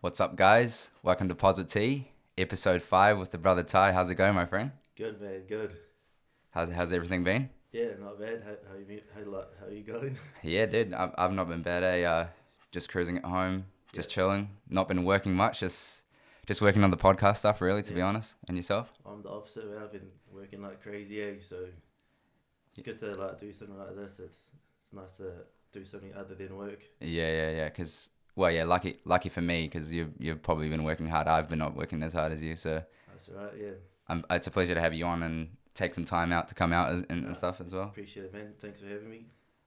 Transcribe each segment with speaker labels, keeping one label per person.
Speaker 1: What's up, guys? Welcome to Posit Tea, episode five with the brother Ty. How's it going, my friend?
Speaker 2: Good man, good.
Speaker 1: How's how's everything been?
Speaker 2: Yeah, not bad. How, how you been- how you like- how you going?
Speaker 1: Yeah, dude, I've, I've not been bad. Eh? Uh, just cruising at home, just chilling. Not been working much. Just just working on the podcast stuff, really. To be
Speaker 2: Yeah.
Speaker 1: honest, and yourself?
Speaker 2: I'm the opposite. Man. I've been working like crazy, eh? So it's good to like do something like this. It's it's nice to do something other than work.
Speaker 1: Yeah, yeah, yeah. Because well, yeah, lucky lucky for me, because you've you've probably been working hard. I've been not working as hard as you, so
Speaker 2: That's all right. Yeah,
Speaker 1: um it's a pleasure to have you on and take some time out to come out as- and,
Speaker 2: Yeah.
Speaker 1: and stuff as well.
Speaker 2: appreciate it, man. Thanks for having me.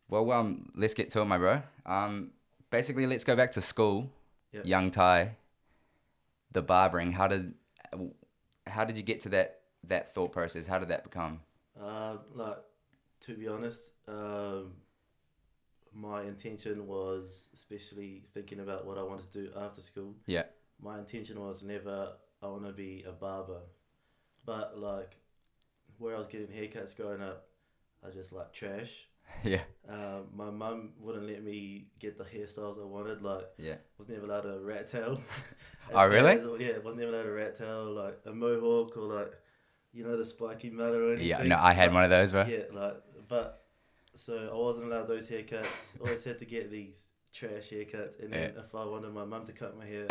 Speaker 1: Well, um, let's get to it, my bro. Um, basically, let's go back to school.
Speaker 2: Yep.
Speaker 1: Young Ty, the barbering. How did, how did you get to that that thought process? How did that become?
Speaker 2: Um, like to be honest, um, my intention was especially thinking about what I wanted to do after school.
Speaker 1: Yeah.
Speaker 2: my intention was never I want to be a barber, but like where I was getting haircuts growing up, I just like trash.
Speaker 1: yeah,
Speaker 2: Um, my mum wouldn't let me get the hairstyles I wanted. Like
Speaker 1: yeah,
Speaker 2: was never allowed a rat tail.
Speaker 1: Oh, really?
Speaker 2: yeah, was never allowed a rat tail, like a mohawk or like you know the spiky mullet or anything.
Speaker 1: yeah. No, I had
Speaker 2: Like,
Speaker 1: one of those, bro.
Speaker 2: yeah, like, but so I wasn't allowed those haircuts. Always had to get these trash haircuts, and then if I wanted my mum to cut my hair,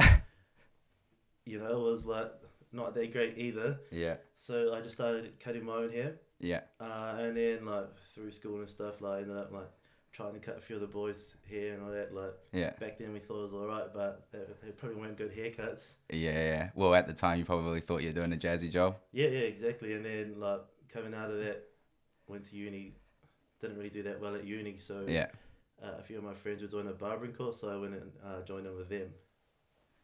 Speaker 2: you know, it was like not that great either.
Speaker 1: yeah,
Speaker 2: So I just started cutting my own hair,
Speaker 1: yeah.
Speaker 2: uh, and then like through school and stuff, like I ended up like trying to cut a few of the boys' hair and all that. Like
Speaker 1: yeah.
Speaker 2: back then, we thought it was all right, but they, they probably weren't good haircuts.
Speaker 1: Yeah, yeah. Well, at the time, you probably thought you were doing a jazzy job.
Speaker 2: Yeah, yeah, exactly. And then like coming out of that, went to uni, didn't really do that well at uni. So
Speaker 1: Yeah.
Speaker 2: uh, a few of my friends were doing a barbering course, so I went and uh, joined in with them.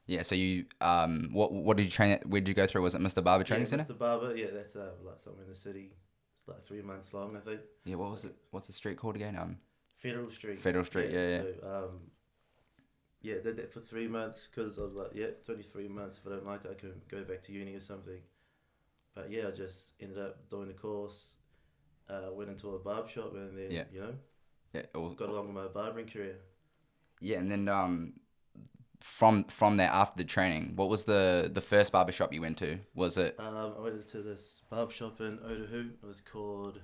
Speaker 1: Yeah. So you, um, what what did you train? At, where did you go through? Was it Mr. Barber Training
Speaker 2: yeah,
Speaker 1: Center?
Speaker 2: Mr. Barber, yeah, that's uh, like somewhere in the city. It's like three months long, I think.
Speaker 1: Yeah. What was it? What's the street called again? Um.
Speaker 2: Federal Street.
Speaker 1: Federal Street, yeah, yeah.
Speaker 2: So um, yeah, did that for three months because I was like, yeah, it's only three months. If I don't like it, I can go back to uni or something. But yeah, I just ended up doing the course. Uh, went into a barb shop and then
Speaker 1: Yeah.
Speaker 2: you know
Speaker 1: Yeah. all-
Speaker 2: got along with my barbering career.
Speaker 1: Yeah, and then um, from from there after the training, what was the the first barber shop you went to? Was it?
Speaker 2: Um, I went to this barber shop in Otahu. It was called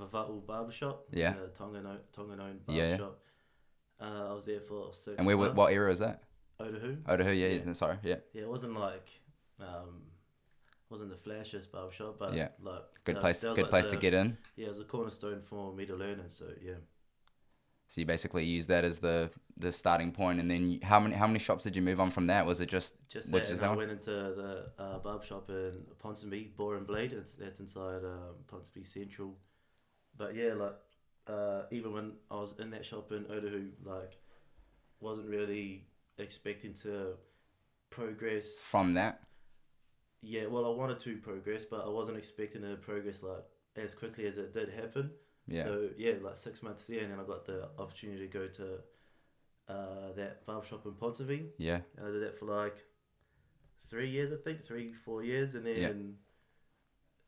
Speaker 2: Vava'u Barber Shop.
Speaker 1: Yeah.
Speaker 2: A Tongan owned, Tongan owned barber
Speaker 1: Yeah, yeah.
Speaker 2: shop. Uh, I was there for six
Speaker 1: And where wa-
Speaker 2: months.
Speaker 1: what era was that?
Speaker 2: Otahu.
Speaker 1: Otahu, yeah, yeah.
Speaker 2: Yeah.
Speaker 1: Sorry, yeah,
Speaker 2: Yeah, it wasn't like, um, wasn't the flashiest barber shop, but
Speaker 1: Yeah.
Speaker 2: like
Speaker 1: good
Speaker 2: that was-
Speaker 1: place,
Speaker 2: that was
Speaker 1: good
Speaker 2: like
Speaker 1: place
Speaker 2: the-
Speaker 1: to get in.
Speaker 2: Yeah, it was a cornerstone for me to learn, and so yeah.
Speaker 1: So you basically used that as the the starting point, and then you, how many how many shops did you move on from that? Was it just
Speaker 2: Just
Speaker 1: Which
Speaker 2: that,
Speaker 1: is
Speaker 2: and
Speaker 1: that
Speaker 2: I
Speaker 1: one?
Speaker 2: went into the uh, barber shop in Ponsonby, Boar and Blade. It's, that's inside um, Ponsonby Central. But yeah, like uh, even when I was in that shop in Otahu, like wasn't really expecting to progress
Speaker 1: from that?
Speaker 2: Yeah, well, I wanted to progress, but I wasn't expecting to progress like as quickly as it did happen.
Speaker 1: Yeah,
Speaker 2: So yeah, like six months there, and then I got the opportunity to go to uh, that barber shop in Ponsonby.
Speaker 1: yeah,
Speaker 2: And I did that for like three years, I think, three, four years, and then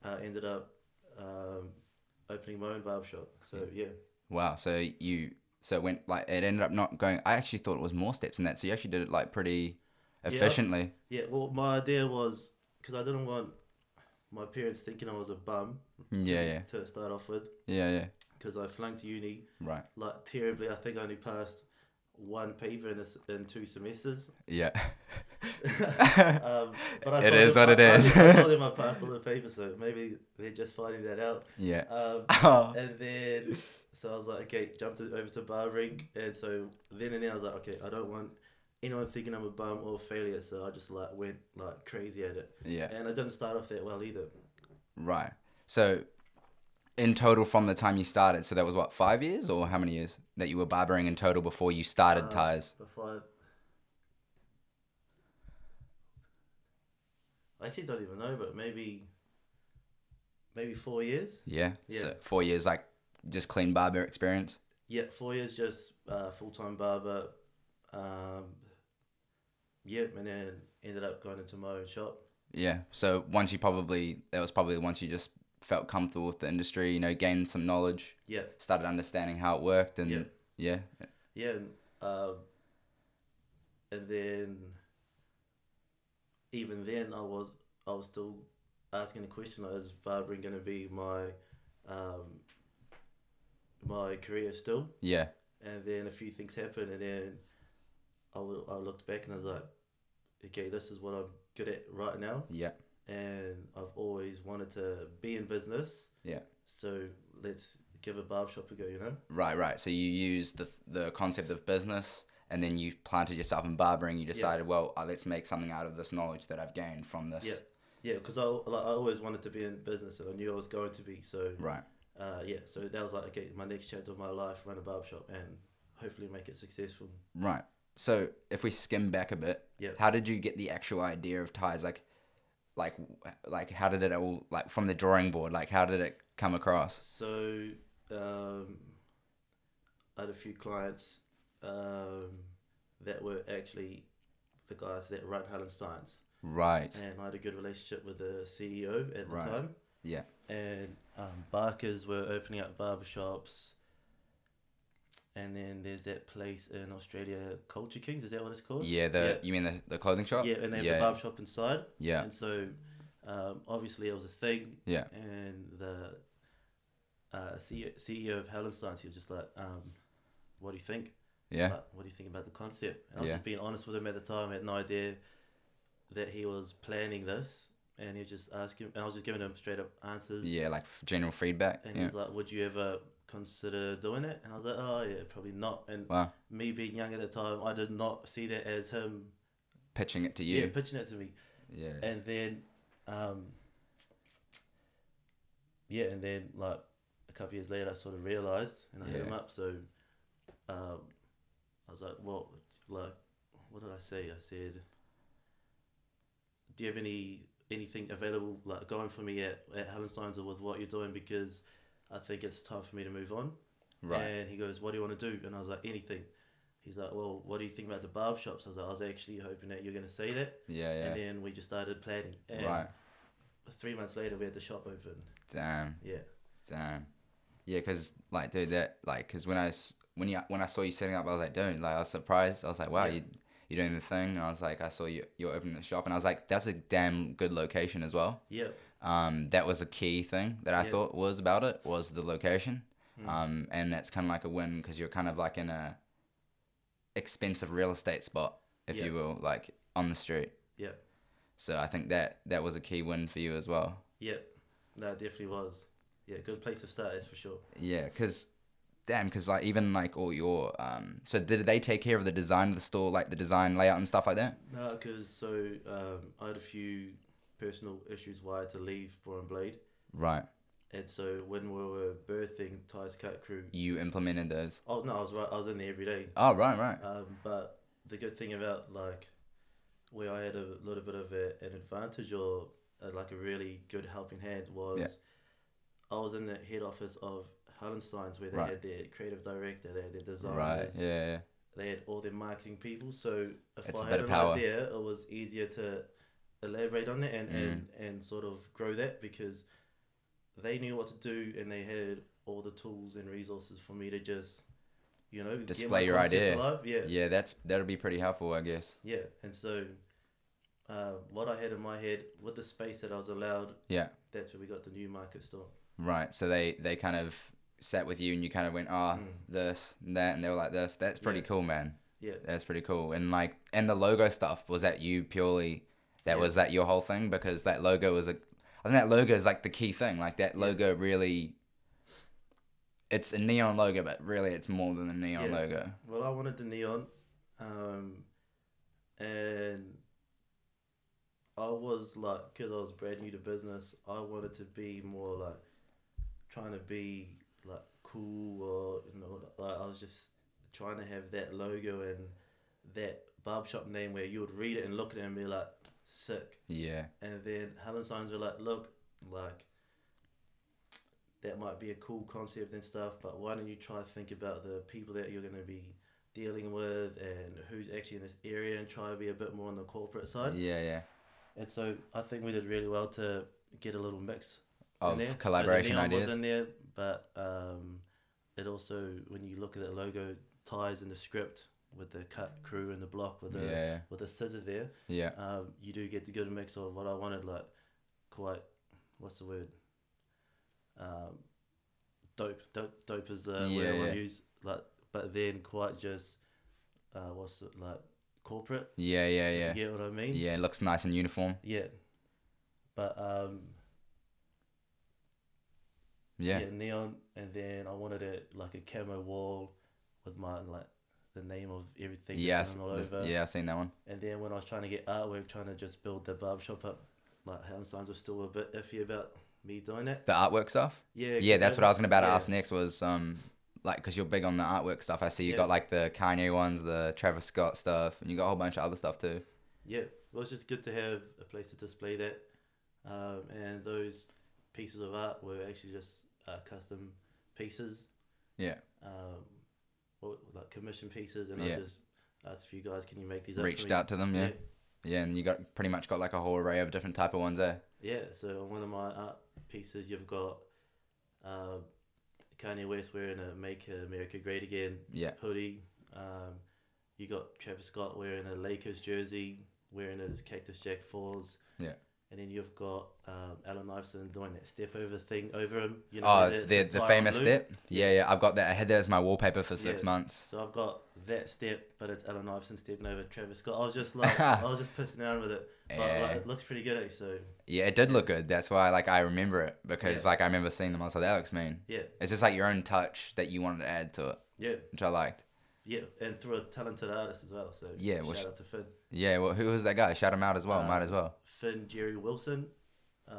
Speaker 2: uh, ended up um, opening my own barber shop. So yeah,
Speaker 1: wow. So you so it went like it ended up not going. I actually thought it was more steps than that. So you actually did it like pretty
Speaker 2: Yeah.
Speaker 1: efficiently.
Speaker 2: yeah. Well, my idea was because I didn't want my parents thinking I was a bum. to-
Speaker 1: Yeah, yeah,
Speaker 2: To start off with,
Speaker 1: yeah, yeah.
Speaker 2: because I flunked uni
Speaker 1: Right.
Speaker 2: like terribly. I think I only passed one paper in this, in two semesters.
Speaker 1: Yeah.
Speaker 2: Um, but I
Speaker 1: It
Speaker 2: told
Speaker 1: is
Speaker 2: them-
Speaker 1: what it
Speaker 2: I- I-
Speaker 1: is.
Speaker 2: I told them I passed all the papers, so maybe they're just finding that out.
Speaker 1: yeah.
Speaker 2: Um,
Speaker 1: Oh.
Speaker 2: and then so I was like, okay, jumped it over to barbering, and so then and there I was like, okay, I don't want anyone thinking I'm a bum or a failure, so I just like went like crazy at it,
Speaker 1: yeah.
Speaker 2: and I didn't start off that well either.
Speaker 1: Right. So, in total, from the time you started, so that was what five years or how many years that you were barbering in total before you started
Speaker 2: Uh,
Speaker 1: ties?
Speaker 2: Before I... I actually don't even know, but maybe maybe four years.
Speaker 1: Yeah.
Speaker 2: yeah.
Speaker 1: So four years, like just clean barber experience.
Speaker 2: Yeah, four years just uh, full time barber. Um, yep, and then ended up going into my own shop.
Speaker 1: Yeah. So once you probably that was probably once you just felt comfortable with the industry, you know, gained some knowledge,
Speaker 2: Yeah,
Speaker 1: started understanding how it worked, and
Speaker 2: Yeah.
Speaker 1: yeah,
Speaker 2: yeah, and, um, and then even then I was I was still asking the question like, is barbering going to be my um, my career still?
Speaker 1: Yeah.
Speaker 2: And then a few things happened, and then I wa- I looked back and I was like, okay, this is what I'm good at right now,
Speaker 1: Yeah.
Speaker 2: and I've always wanted to be in business.
Speaker 1: Yeah.
Speaker 2: So let's give a barbershop a go, you know?
Speaker 1: Right, right. So you used the the concept of business, and then you planted yourself in barbering. You decided, well, uh, let's make something out of this knowledge that I've gained from this.
Speaker 2: Yeah. Yeah, because I like I always wanted to be in business, and I knew I was going to be. So
Speaker 1: Right.
Speaker 2: uh, yeah, so that was like okay, my next chapter of my life, run a barbershop, and hopefully make it successful.
Speaker 1: Right. So if we skim back a bit,
Speaker 2: Yep.
Speaker 1: how did you get the actual idea of ties? Like, like, like, how did it all like from the drawing board? Like, how did it come across?
Speaker 2: So um, I had a few clients um, that were actually the guys that run Helen Steins,
Speaker 1: Right.
Speaker 2: and I had a good relationship with the CEO at the
Speaker 1: Right.
Speaker 2: time.
Speaker 1: Yeah.
Speaker 2: And um, Barkers were opening up barbershops. And then there's that place in Australia, Culture Kings, is that what it's called?
Speaker 1: Yeah. The
Speaker 2: Yeah.
Speaker 1: you mean the, the clothing shop?
Speaker 2: Yeah, and they have
Speaker 1: yeah.
Speaker 2: the barber shop inside.
Speaker 1: yeah.
Speaker 2: And so, um, obviously, it was a thing.
Speaker 1: Yeah.
Speaker 2: And the uh, CEO, CEO of Helen Science, he was just like, um, "What do you think?
Speaker 1: Yeah.
Speaker 2: Like, what do you think about the concept?" And I was
Speaker 1: Yeah.
Speaker 2: just being honest with him at the time. I had no idea that he was planning this, and he was just asking, and I was just giving him straight up answers.
Speaker 1: yeah. Like f- general feedback.
Speaker 2: And
Speaker 1: Yeah.
Speaker 2: he's like, "Would you ever consider doing it?" And I was like, "Oh yeah, probably not." And
Speaker 1: Wow.
Speaker 2: me being young at the time, I did not see that as him.
Speaker 1: Pitching it to
Speaker 2: yeah
Speaker 1: you.
Speaker 2: pitching it to me.
Speaker 1: Yeah.
Speaker 2: and then um yeah and then like a couple years later i sort of realized and i hit
Speaker 1: Yeah.
Speaker 2: him up so um i was like well like what did i say i said do you have any anything available like going for me at, at Hallenstein's or with what you're doing because i think it's time for me to move on
Speaker 1: Right.
Speaker 2: and he goes, "What do you want to do?" And I was like, "Anything." He's like, "Well, what do you think about the barb shops?" I was like, "I was actually hoping that you're going to say that."
Speaker 1: Yeah.
Speaker 2: and
Speaker 1: Yeah.
Speaker 2: then we just started planning. And
Speaker 1: Right.
Speaker 2: Three months later, we had the shop open.
Speaker 1: Damn.
Speaker 2: Yeah,
Speaker 1: Damn. Yeah, cause like, dude, that like, cause when I s- when you when I saw you setting up, I was like, dude, like, I was surprised. I was like, wow,
Speaker 2: Yeah.
Speaker 1: you you're doing the thing. And I was like, I saw you you're opening the shop, and I was like, that's a damn good location as well.
Speaker 2: yeah,
Speaker 1: Um, that was a key thing that I
Speaker 2: Yeah. Hmm.
Speaker 1: thought was about it was the location. Um, and that's kind of like a win because you're kind of like in a expensive real estate spot, if
Speaker 2: Yeah.
Speaker 1: you will, like on the street.
Speaker 2: yeah,
Speaker 1: So I think that that was a key win for you as well.
Speaker 2: yeah. No, it definitely was. Yeah, good place to start, that's for sure.
Speaker 1: Yeah, because damn, because like even like all your um, so did they take care of the design of the store, like the design layout and stuff like that?
Speaker 2: No, because so um, I had a few personal issues why I had to leave Boron Blade,
Speaker 1: Right.
Speaker 2: and so when we were birthing Ty's Cut Crew,
Speaker 1: You implemented those.
Speaker 2: oh no, I was right, I was in there every day.
Speaker 1: Oh right, right.
Speaker 2: Um, but the good thing about like where I had a little bit of a, an advantage or uh like a really good helping hand was
Speaker 1: Yeah.
Speaker 2: I was in the head office of Helen Signs where they
Speaker 1: Right.
Speaker 2: had their creative director, they had their
Speaker 1: right.
Speaker 2: designers,
Speaker 1: Yeah, yeah.
Speaker 2: they had all their marketing people. So if
Speaker 1: It's a
Speaker 2: I
Speaker 1: bit
Speaker 2: had
Speaker 1: of
Speaker 2: an
Speaker 1: power.
Speaker 2: idea, it was easier to elaborate on it and, and,
Speaker 1: Mm.
Speaker 2: and sort of grow that because they knew what to do and they had all the tools and resources for me to just, you know, get my
Speaker 1: Display your
Speaker 2: concept
Speaker 1: idea.
Speaker 2: Alive. Yeah.
Speaker 1: Yeah. that's that'll be pretty helpful, I guess.
Speaker 2: Yeah, and so uh, what I had in my head with the space that I was allowed,
Speaker 1: Yeah.
Speaker 2: that's where we got the new market store.
Speaker 1: Right. So they they kind of sat with you and you kind of went, ah,
Speaker 2: Mm.
Speaker 1: this and that, and they were like, this. That's pretty
Speaker 2: Yeah.
Speaker 1: cool, man.
Speaker 2: Yeah,
Speaker 1: That's pretty cool. And like, and the logo stuff was that you purely. That
Speaker 2: Yeah.
Speaker 1: was that your whole thing because that logo was a. I think that logo is like the key thing. Like that logo really. It's a neon logo, but really it's more than a neon
Speaker 2: Yeah.
Speaker 1: logo.
Speaker 2: well, I wanted the neon, um, and I was like, because I was brand new to business, I wanted to be more like trying to be like cool or you know, like I was just trying to have that logo and that barbershop name where you would read it and look at it and be like, sick.
Speaker 1: Yeah.
Speaker 2: And then Helen Signs were like, look, like, that might be a cool concept and stuff, but why don't you try to think about the people that you're going to be dealing with and who's actually in this area and try to be a bit more on the corporate side?
Speaker 1: Yeah, yeah.
Speaker 2: And so I think we did really well to get a little mix in
Speaker 1: Of
Speaker 2: there. So the
Speaker 1: collaboration
Speaker 2: neon
Speaker 1: ideas.
Speaker 2: was in there, but um, it also, when you look at that logo, ties in the script with the cut crew and the block with the
Speaker 1: yeah,
Speaker 2: with the scissor there,
Speaker 1: yeah,
Speaker 2: um, you do get the good mix of what I wanted, like quite what's the word? Um, dope, dope, dope is the
Speaker 1: Yeah,
Speaker 2: word I want
Speaker 1: yeah.
Speaker 2: to use. Like, but then quite just uh, what's it like corporate?
Speaker 1: yeah, yeah,
Speaker 2: if
Speaker 1: yeah.
Speaker 2: you get what I mean?
Speaker 1: Yeah, it looks nice in uniform.
Speaker 2: Yeah. But um, yeah.
Speaker 1: Yeah,
Speaker 2: neon, and then I wanted it like a camo wall with my like the name of everything
Speaker 1: yeah,
Speaker 2: just running all
Speaker 1: I've-
Speaker 2: over.
Speaker 1: yeah. I've seen that one.
Speaker 2: And then when I was trying to get artwork, trying to just build the barb shop up, like hand signs were still a bit iffy about me doing that.
Speaker 1: The artwork stuff.
Speaker 2: Yeah, um,
Speaker 1: Yeah, that's what I was gonna about to
Speaker 2: yeah.
Speaker 1: ask next was um like because you're big on the artwork stuff. I see you
Speaker 2: Yeah.
Speaker 1: got like the Kanye ones, the Travis Scott stuff, and you got a whole bunch of other stuff too.
Speaker 2: Yeah, well, it's just good to have a place to display that, um, and those pieces of art were actually just uh, custom pieces.
Speaker 1: Yeah.
Speaker 2: Um, what, like commission pieces, and
Speaker 1: Yeah.
Speaker 2: I just asked a few guys, "Can you make these?" up for
Speaker 1: Reached
Speaker 2: me?"
Speaker 1: out to them, yeah.
Speaker 2: yeah.
Speaker 1: yeah, and you got pretty much got like a whole array of different type of ones there.
Speaker 2: Yeah, so on one of my art pieces, you've got um, Kanye West wearing a "Make America Great Again"
Speaker 1: Yeah,
Speaker 2: hoodie. Um, you got Travis Scott wearing a Lakers jersey, wearing his Cactus Jack fours.
Speaker 1: Yeah.
Speaker 2: And then you've got um, Alan Iverson doing that step over thing over him. You know,
Speaker 1: oh,
Speaker 2: the-
Speaker 1: the
Speaker 2: the
Speaker 1: the,
Speaker 2: tie on
Speaker 1: famous
Speaker 2: loop.
Speaker 1: step. Yeah, yeah, I've got that. I had that as my wallpaper for six
Speaker 2: Yeah.
Speaker 1: months.
Speaker 2: So I've got that step, but it's Alan Iverson stepping over Travis Scott. I was just like, I was just pissing around with it, but
Speaker 1: Yeah.
Speaker 2: like, it looks pretty good. eh? So
Speaker 1: Yeah, it did look good. That's why like I remember it because
Speaker 2: Yeah.
Speaker 1: like I remember seeing them. I was like, that looks mean.
Speaker 2: yeah,
Speaker 1: It's just like your own touch that you wanted to add to it,
Speaker 2: yeah,
Speaker 1: which I liked.
Speaker 2: yeah, and through a talented artist as well. So
Speaker 1: Yeah, well,
Speaker 2: shout
Speaker 1: sh-
Speaker 2: out to Finn,
Speaker 1: Yeah, well, who was that guy? Shout him out as well.
Speaker 2: Uh,
Speaker 1: Might as well.
Speaker 2: Finn Jerry Wilson. Um,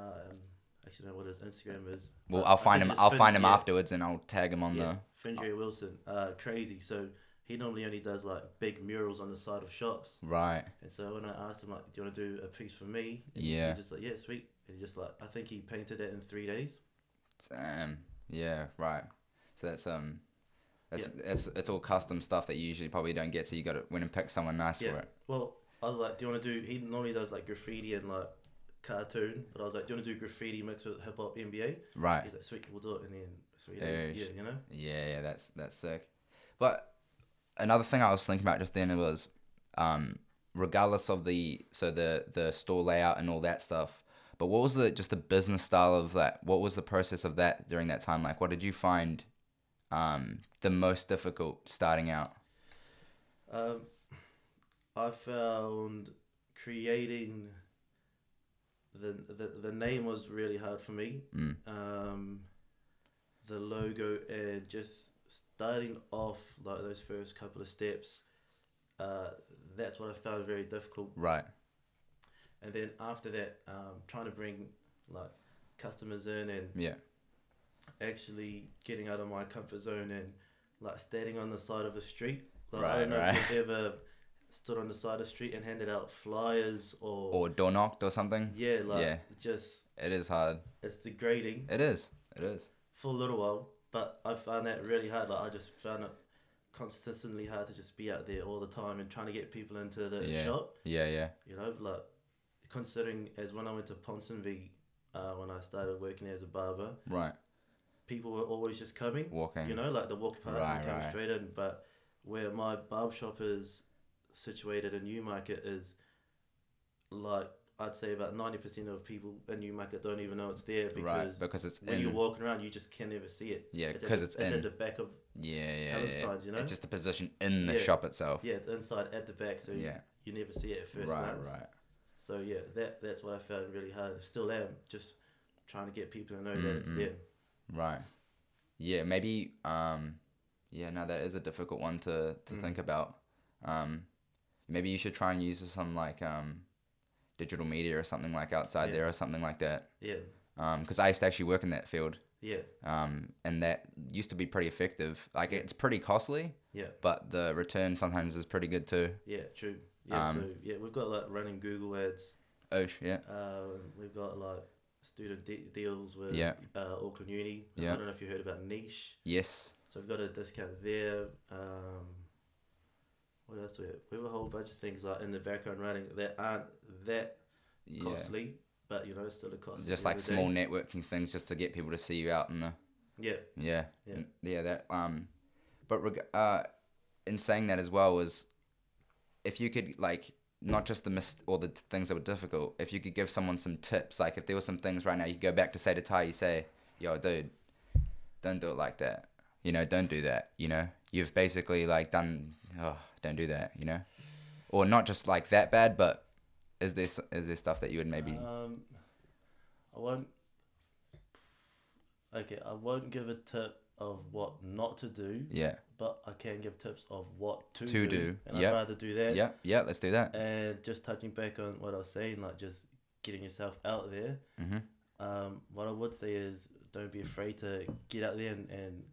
Speaker 2: actually, I don't know what his Instagram is.
Speaker 1: Well,
Speaker 2: but
Speaker 1: I'll
Speaker 2: I
Speaker 1: find
Speaker 2: think
Speaker 1: him.
Speaker 2: it's
Speaker 1: I'll
Speaker 2: Finn-
Speaker 1: find him
Speaker 2: yeah.
Speaker 1: afterwards, and I'll tag him on
Speaker 2: Yeah,
Speaker 1: the.
Speaker 2: Fringery Wilson, uh, crazy. So he normally only does like big murals on the side of shops.
Speaker 1: Right.
Speaker 2: And so when I asked him like, "Do you want to do a piece for me?" And
Speaker 1: Yeah.
Speaker 2: He's just like, "Yeah, sweet." And he just like, I think he painted it in three days.
Speaker 1: Damn. Yeah. Right. So that's um, that's it's it's all custom stuff that you usually probably don't get. So you got to win and pick someone nice
Speaker 2: Yeah.
Speaker 1: for it.
Speaker 2: Well, I was like, "Do you want to do?" He normally does like graffiti and like cartoon, but I was like, "Do you want to do graffiti mixed with hip hop NBA?"
Speaker 1: Right.
Speaker 2: He's like, "Sweet, we'll do it." And then three days,
Speaker 1: Yeah,
Speaker 2: yeah, you know.
Speaker 1: Yeah. Yeah. That's that's sick. But another thing I was thinking about just then was, um, regardless of the so the the store layout and all that stuff. But what was the just the business style of that? What was the process of that during that time like? What did you find, um, the most difficult starting out?
Speaker 2: Um, I found creating the, the the name was really hard for me.
Speaker 1: Mm.
Speaker 2: Um, the logo and just starting off like those first couple of steps. Uh, that's what I found very difficult.
Speaker 1: Right.
Speaker 2: And then after that, um, trying to bring like customers in and
Speaker 1: Yeah.
Speaker 2: actually getting out of my comfort zone and like standing on the side of a street. Like
Speaker 1: Right,
Speaker 2: I don't know
Speaker 1: right.
Speaker 2: if you've ever stood on the side of the street and handed out flyers or,
Speaker 1: Or door knocked or something.
Speaker 2: yeah, like
Speaker 1: yeah.
Speaker 2: just
Speaker 1: It is hard.
Speaker 2: it's degrading
Speaker 1: It is. It is.
Speaker 2: for a little while. But I found that really hard. Like I just found it consistently hard to just be out there all the time and trying to get people into the
Speaker 1: Yeah.
Speaker 2: shop.
Speaker 1: Yeah, yeah.
Speaker 2: You know, like considering as when I went to Ponsonby, uh, when I started working as a barber,
Speaker 1: Right.
Speaker 2: people were always just coming.
Speaker 1: Walking.
Speaker 2: You know, like the walk past
Speaker 1: Right,
Speaker 2: and come
Speaker 1: right.
Speaker 2: straight in. But where my barb shop is situated in Newmarket is like I'd say about ninety percent of people in Newmarket don't even know it's there because
Speaker 1: right. Because it's
Speaker 2: when
Speaker 1: in.
Speaker 2: you're walking around, you just can never see it.
Speaker 1: yeah,
Speaker 2: It's at
Speaker 1: because
Speaker 2: the-
Speaker 1: it's,
Speaker 2: it's
Speaker 1: in.
Speaker 2: at the back of
Speaker 1: yeah, yeah, yeah.
Speaker 2: Palace sides, you know?
Speaker 1: It's just the position in the
Speaker 2: Yeah.
Speaker 1: shop itself.
Speaker 2: yeah, it's inside at the back, so
Speaker 1: Yeah.
Speaker 2: you, you never see it at first
Speaker 1: right,
Speaker 2: glance.
Speaker 1: right.
Speaker 2: So yeah, that that's what I found really hard. Still am just trying to get people to know that it's
Speaker 1: Mm, mm.
Speaker 2: there.
Speaker 1: Right. Yeah, maybe um yeah, no, that is a difficult one to to
Speaker 2: Mm.
Speaker 1: think about. Um maybe you should try and use some like um digital media or something like outside
Speaker 2: Yeah.
Speaker 1: there or something like that.
Speaker 2: Yeah,
Speaker 1: Um, 'cause cuz I used to actually work in that field.
Speaker 2: yeah,
Speaker 1: um, and that used to be pretty effective. Like
Speaker 2: Yeah.
Speaker 1: it's pretty costly,
Speaker 2: yeah.
Speaker 1: but the return sometimes is pretty good too.
Speaker 2: Yeah, true. Yeah,
Speaker 1: Um,
Speaker 2: so yeah, we've got like running Google ads.
Speaker 1: Oh yeah,
Speaker 2: Um, we've got like student de- deals with
Speaker 1: Yeah.
Speaker 2: uh, Auckland Uni.
Speaker 1: Yeah.
Speaker 2: I don't know if you heard about Niche.
Speaker 1: yes,
Speaker 2: So we've got a discount there. Um, what else do we have? We have a whole bunch of things like in the background running that aren't that
Speaker 1: yeah.
Speaker 2: costly, but you know, it's still a cost. at
Speaker 1: Just
Speaker 2: the
Speaker 1: like
Speaker 2: end of the
Speaker 1: small
Speaker 2: day.
Speaker 1: networking things, just to get people to see you out in the
Speaker 2: Yeah,
Speaker 1: yeah,
Speaker 2: Yeah.
Speaker 1: N- yeah. That um, but reg- uh, in saying that as well was if you could like not just the mis- or the t- things that were difficult if you could give someone some tips like if there were some things right now you go back to say to ty you say yo dude don't do it like that you know don't do that you know you've basically like done oh don't do that you know or not just like that bad but is there s- is there stuff that you would maybe
Speaker 2: Um, I won't. Okay, I won't give a tip of what not to do,
Speaker 1: yeah
Speaker 2: but I can give tips of what to,
Speaker 1: To
Speaker 2: do.
Speaker 1: do,
Speaker 2: And
Speaker 1: yep.
Speaker 2: I'd rather do that.
Speaker 1: yeah yeah let's do that
Speaker 2: And just touching back on what I was saying, like just getting yourself out there.
Speaker 1: mm-hmm.
Speaker 2: Um, what I would say is don't be afraid to get out there and, and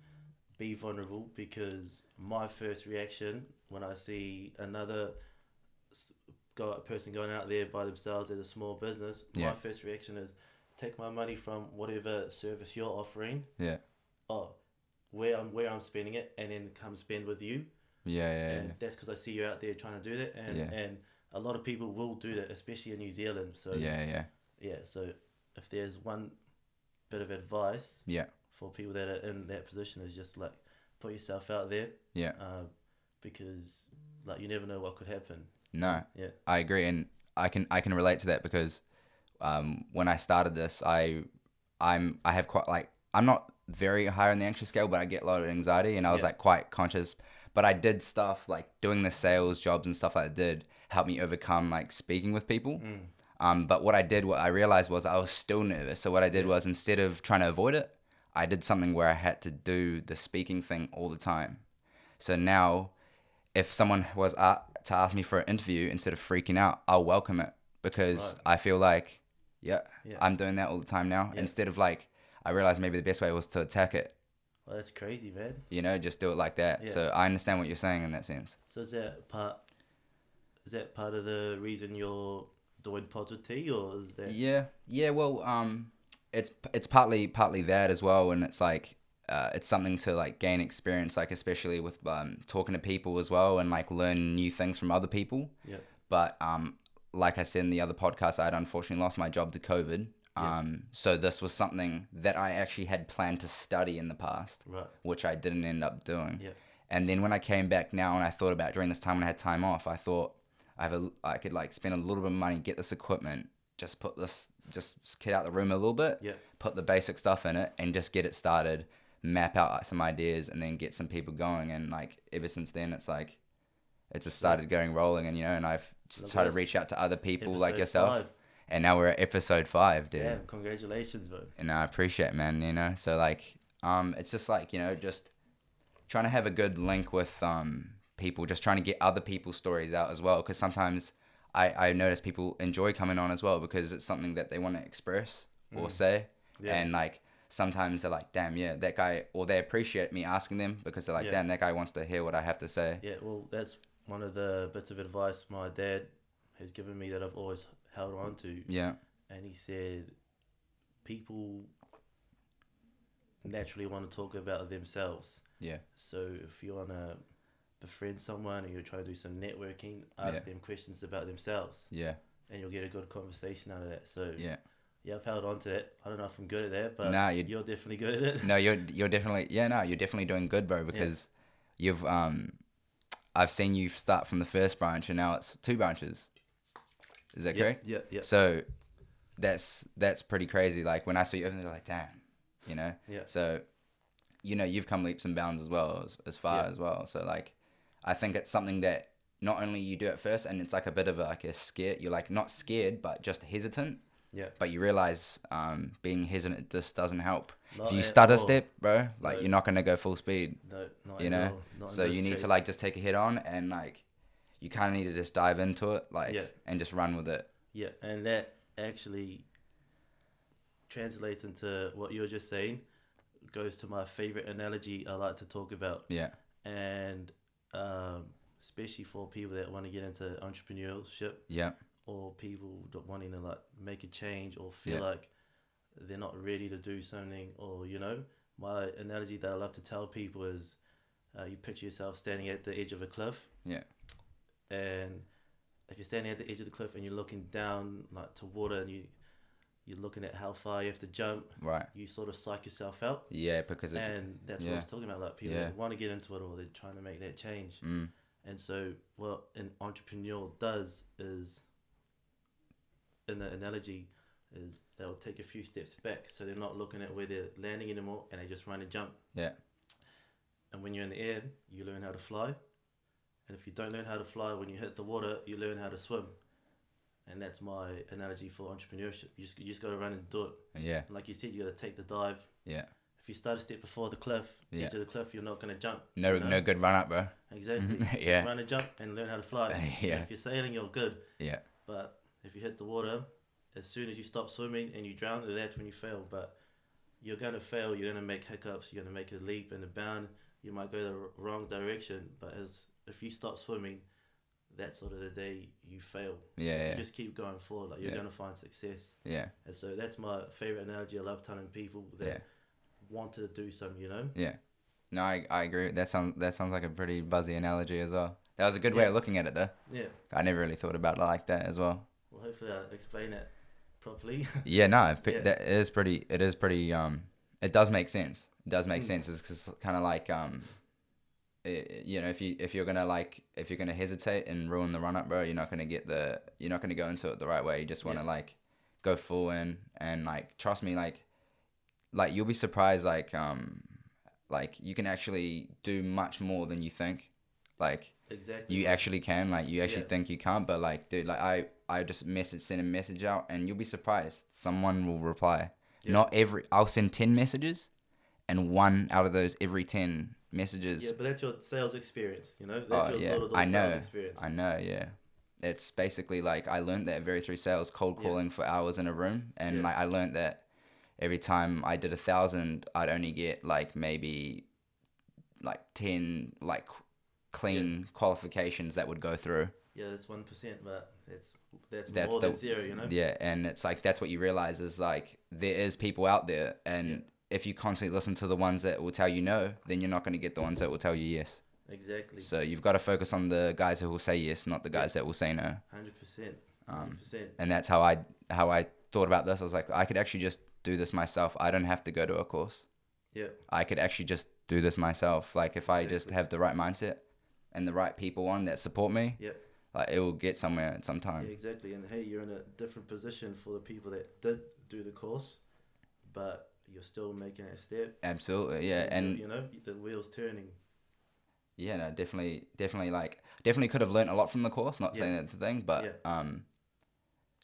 Speaker 2: be vulnerable because my first reaction when I see another s- go, person going out there by themselves as a small business, my
Speaker 1: Yeah.
Speaker 2: first reaction is take my money from whatever service you're offering.
Speaker 1: Yeah.
Speaker 2: Oh, where I'm where I'm spending it, and then come spend with you
Speaker 1: yeah yeah,
Speaker 2: and
Speaker 1: yeah.
Speaker 2: that's because I see you out there trying to do that, and
Speaker 1: Yeah.
Speaker 2: and a lot of people will do that, especially in New Zealand. So yeah.
Speaker 1: yeah yeah
Speaker 2: so if there's one bit of advice,
Speaker 1: Yeah.
Speaker 2: for people that are in that position is just like put yourself out there,
Speaker 1: yeah
Speaker 2: uh, because like you never know what could happen.
Speaker 1: No.
Speaker 2: Yeah.
Speaker 1: I agree, and I can I can relate to that because um, when I started this, I I'm I have quite like I'm not very high on the anxious scale, but I get a lot of anxiety, and I was
Speaker 2: Yeah.
Speaker 1: like quite conscious. But I did stuff like doing the sales jobs and stuff I did help me overcome like speaking with people.
Speaker 2: Mm.
Speaker 1: Um, but what I did, what I realized was I was still nervous. So what I did was instead of trying to avoid it, I did something where I had to do the speaking thing all the time. So now, if someone was a to ask me for an interview instead of freaking out, I'll welcome it because I feel like, yeah,
Speaker 2: Yeah.
Speaker 1: I'm doing that all the time now.
Speaker 2: Yeah.
Speaker 1: Instead of like, I realized maybe the best way was to attack it.
Speaker 2: Well, that's crazy, man.
Speaker 1: You know, just do it like that.
Speaker 2: Yeah.
Speaker 1: So I understand what you're saying in that sense.
Speaker 2: So is that part? Is that part of the reason you're doing pods with tea, or is that
Speaker 1: Yeah, yeah. Well, um, it's it's partly partly that as well, and it's like uh, it's something to like gain experience, like especially with um, talking to people as well, and like learn new things from other people.
Speaker 2: Yeah.
Speaker 1: But um, like I said in the other podcast, I had unfortunately lost my job to COVID.
Speaker 2: Yeah.
Speaker 1: Um, so this was something that I actually had planned to study in the past
Speaker 2: right?
Speaker 1: which I didn't end up doing.
Speaker 2: Yeah.
Speaker 1: And then when I came back now and I thought about during this time when I had time off, I thought I have a I could like spend a little bit of money, get this equipment, just put this just kid out the room a little bit,
Speaker 2: Yeah.
Speaker 1: put the basic stuff in it and just get it started, map out some ideas and then get some people going and like ever since then it's like it just started going rolling and you know and I've just
Speaker 2: Look at
Speaker 1: tried to
Speaker 2: us.
Speaker 1: reach out to other people like
Speaker 2: Episode
Speaker 1: yourself.
Speaker 2: five.
Speaker 1: And now we're at episode 5, dude
Speaker 2: Damn, congratulations, bro.
Speaker 1: and I appreciate it, man. You know, so like, um, it's just like you know, just trying to have a good link with um people, just trying to get other people's stories out as well, because sometimes I I notice people enjoy coming on as well because it's something that they want to express
Speaker 2: Mm.
Speaker 1: or say,
Speaker 2: Yeah.
Speaker 1: and like sometimes they're like, damn, yeah, that guy, or they appreciate me asking them because they're like,
Speaker 2: Yeah.
Speaker 1: damn, that guy wants to hear what I have to say.
Speaker 2: Yeah, well, that's one of the bits of advice my dad has given me that I've always held on to.
Speaker 1: Yeah,
Speaker 2: And he said, people naturally want to talk about themselves.
Speaker 1: yeah,
Speaker 2: So if you want to befriend someone or you're trying to do some networking, ask
Speaker 1: Yeah.
Speaker 2: them questions about themselves
Speaker 1: yeah,
Speaker 2: and you'll get a good conversation out of that. So
Speaker 1: yeah.
Speaker 2: yeah, I've held on to it. I don't know if I'm good at that, but
Speaker 1: Nah, you-
Speaker 2: you're definitely good at it.
Speaker 1: no, you're you're definitely yeah, no, you're definitely doing good, bro. Because you've um, I've seen you start from the first branch and now it's two branches. Is that
Speaker 2: Yeah,
Speaker 1: correct?
Speaker 2: yeah, yeah.
Speaker 1: So that's that's pretty crazy. Like when I saw you, open, they're like, damn, you know.
Speaker 2: Yeah.
Speaker 1: So you know you've come leaps and bounds as well as, as far
Speaker 2: Yeah.
Speaker 1: as well. So like, I think it's something that not only you do at first, and it's like a bit of a, like a scare. You're like not scared, but just hesitant.
Speaker 2: Yeah.
Speaker 1: But you realize um, being hesitant just doesn't help.
Speaker 2: Not
Speaker 1: if you
Speaker 2: at
Speaker 1: stutter
Speaker 2: all.
Speaker 1: step, bro, like
Speaker 2: No.
Speaker 1: you're not gonna go full speed.
Speaker 2: No, not
Speaker 1: You
Speaker 2: at
Speaker 1: know.
Speaker 2: all. Not in
Speaker 1: so
Speaker 2: this
Speaker 1: you need to
Speaker 2: case.
Speaker 1: like just take a hit on and like you kind of need to just dive into it, like
Speaker 2: Yeah.
Speaker 1: and just run with it.
Speaker 2: Yeah, and that actually translates into what you're just saying. Goes to my favorite analogy I like to talk about,
Speaker 1: Yeah.
Speaker 2: and um, especially for people that want to get into entrepreneurship
Speaker 1: Yeah.
Speaker 2: or people that wanting to like make a change or feel
Speaker 1: Yeah.
Speaker 2: like they're not ready to do something, or you know, my analogy that I love to tell people is, uh, you picture yourself standing at the edge of a cliff,
Speaker 1: Yeah.
Speaker 2: and if you're standing at the edge of the cliff and you're looking down like to water and you you're looking at how far you have to jump.
Speaker 1: Right.
Speaker 2: You sort of psych yourself out,
Speaker 1: Yeah, because it.
Speaker 2: and that's what I was
Speaker 1: yeah.
Speaker 2: talking about. Like people
Speaker 1: Yeah.
Speaker 2: that want to get into it or they're trying to make that change.
Speaker 1: mm,
Speaker 2: And so, what an entrepreneur does is, in the analogy, is they'll take a few steps back. So they're not looking at where they're landing anymore and they just run and jump.
Speaker 1: yeah.
Speaker 2: And when you're in the air, you learn how to fly. And if you don't learn how to fly when you hit the water, you learn how to swim. And that's my analogy for entrepreneurship. You just, you just got to run and do it.
Speaker 1: Mm. Yeah.
Speaker 2: And like you said, you got to take the dive.
Speaker 1: Yeah.
Speaker 2: If you start a step before the cliff,
Speaker 1: Yeah.
Speaker 2: edge of the cliff, you're not going to jump.
Speaker 1: No,
Speaker 2: you know?
Speaker 1: no good run up, bro.
Speaker 2: Exactly.
Speaker 1: Mhm. Yeah.
Speaker 2: Run and jump and learn how to fly.
Speaker 1: Yeah.
Speaker 2: And if you're sailing, you're good.
Speaker 1: Yeah.
Speaker 2: But if you hit the water, as soon as you stop swimming and you drown, that's when you fail. But you're going to fail. You're going to make hiccups. You're going to make a leap and a bound. You might go the r- wrong direction. But as if you stop swimming, that's sort of the day you fail.
Speaker 1: Yeah,
Speaker 2: So
Speaker 1: yeah.
Speaker 2: You just keep going forward. Like you're
Speaker 1: Yeah.
Speaker 2: going to find success.
Speaker 1: Yeah.
Speaker 2: And so that's my favorite analogy. I love telling people that
Speaker 1: Yeah.
Speaker 2: want to do something, you know?
Speaker 1: Yeah. No, I, I agree. That sounds that sounds like a pretty buzzy analogy as well. That was a good way
Speaker 2: Yeah.
Speaker 1: of looking at it though.
Speaker 2: Yeah.
Speaker 1: I never really thought about it like that as well.
Speaker 2: Well, hopefully I explain it properly.
Speaker 1: Yeah, no, it fi-
Speaker 2: Yeah.
Speaker 1: that is pretty. It is pretty. Um, it does make sense. It does make
Speaker 2: Mm.
Speaker 1: sense. It's kind of like um, i you know, if you if you're gonna like if you're gonna hesitate and ruin the run up, bro, you're not gonna get the you're not gonna go into it the right way. You just want to
Speaker 2: Yeah.
Speaker 1: like go full in and like trust me, like like you'll be surprised, like um, like you can actually do much more than you think, like
Speaker 2: exactly.
Speaker 1: you actually can like you actually
Speaker 2: Yeah.
Speaker 1: think you can't but like dude like i i just message send a message out and you'll be surprised someone will reply
Speaker 2: Yeah.
Speaker 1: not every i'll send 10 messages and one out of those every 10 messages
Speaker 2: Yeah, but that's your sales experience, you know? That's
Speaker 1: oh
Speaker 2: your
Speaker 1: yeah
Speaker 2: door
Speaker 1: i know
Speaker 2: sales experience.
Speaker 1: i know yeah it's basically like i learned that very through sales cold
Speaker 2: Yeah.
Speaker 1: calling for hours in a room and
Speaker 2: Yeah.
Speaker 1: like i learned that every time i did a thousand i'd only get like maybe like 10 like clean qualifications that would go through
Speaker 2: Yeah, that's one percent, but that's that's,
Speaker 1: That's
Speaker 2: more
Speaker 1: the-
Speaker 2: than zero, you know.
Speaker 1: Yeah, and it's like that's what you realize is like there is people out there, and
Speaker 2: Yeah.
Speaker 1: if you constantly listen to the ones that will tell you no, then you're not going to get the ones that will tell you yes.
Speaker 2: Exactly,
Speaker 1: So you've got to focus on the guys who will say yes, not the guys that will say no.
Speaker 2: hundred percent,
Speaker 1: Um,
Speaker 2: hundred percent.
Speaker 1: And that's how I how I thought about this. I was like, I could actually just do this myself. I don't have to go to a course.
Speaker 2: Yeah,
Speaker 1: I could actually just do this myself. Like if I just
Speaker 2: Exactly.
Speaker 1: have the right mindset and the right people on that support me,
Speaker 2: yeah,
Speaker 1: like it will get somewhere at some
Speaker 2: yeah,
Speaker 1: time.
Speaker 2: exactly. And hey, you're in a different position for the people that did do the course, but you're still making that step.
Speaker 1: Absolutely, yeah.
Speaker 2: you-
Speaker 1: And
Speaker 2: you know the wheels turning.
Speaker 1: yeah, no, definitely, definitely, like, definitely could have learnt a lot from the course. Not saying
Speaker 2: Yeah.
Speaker 1: that's the thing, but um,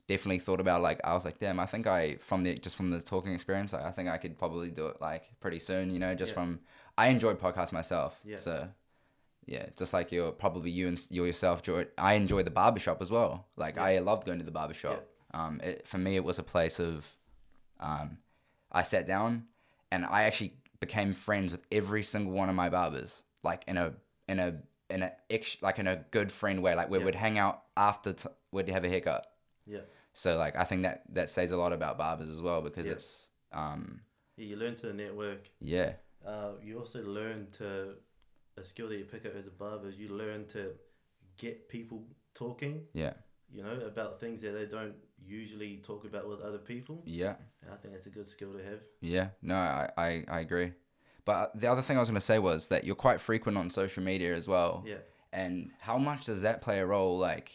Speaker 1: definitely thought about like I was like, damn, I think I from the just from the talking experience, like, I think I could probably do it like pretty soon. You know, just
Speaker 2: Yeah.
Speaker 1: from I enjoyed podcasts myself,
Speaker 2: Yeah.
Speaker 1: so yeah, just like you're probably you and you yourself enjoy. I enjoy the barbershop as well. Like
Speaker 2: Yeah.
Speaker 1: I loved going to the barbershop. Um, it, for me, it was a place of, um, I sat down and I actually became friends with every single one of my barbers, like in a in a in a ex, like in a good friend way. Like we
Speaker 2: Yeah.
Speaker 1: would hang out after t- we'd have a haircut.
Speaker 2: Yeah,
Speaker 1: So like I think that that says a lot about barbers as well because
Speaker 2: Yeah.
Speaker 1: it's um
Speaker 2: yeah. You learn to network.
Speaker 1: yeah
Speaker 2: Uh, you also learn to a skill that you pick up as a barber is you learn to get people talking.
Speaker 1: yeah
Speaker 2: you know, about things that they don't usually talk about with other people.
Speaker 1: yeah
Speaker 2: And I think that's a good skill to have.
Speaker 1: yeah no I I, I agree. But uh, the other thing I was gonna say was that you're quite frequent on social media as well.
Speaker 2: Yeah.
Speaker 1: And how much does that play a role like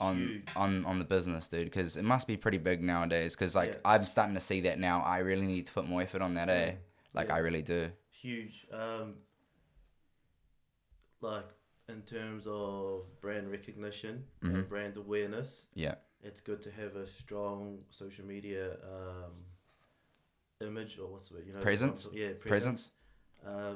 Speaker 1: on
Speaker 2: Huge.
Speaker 1: on on the business, dude? Because it must be pretty big nowadays. Because like
Speaker 2: Yeah.
Speaker 1: I'm starting to see that now. I really need to put more effort on that, eh?
Speaker 2: Yeah.
Speaker 1: Like
Speaker 2: Yeah.
Speaker 1: I really do.
Speaker 2: Huge. Um, like in terms of brand recognition
Speaker 1: Mhm.
Speaker 2: and brand awareness,
Speaker 1: Yeah.
Speaker 2: it's good to have a strong social media um, image or what's the word? You know,
Speaker 1: Presence?
Speaker 2: strong so- yeah,
Speaker 1: Presence.
Speaker 2: presence.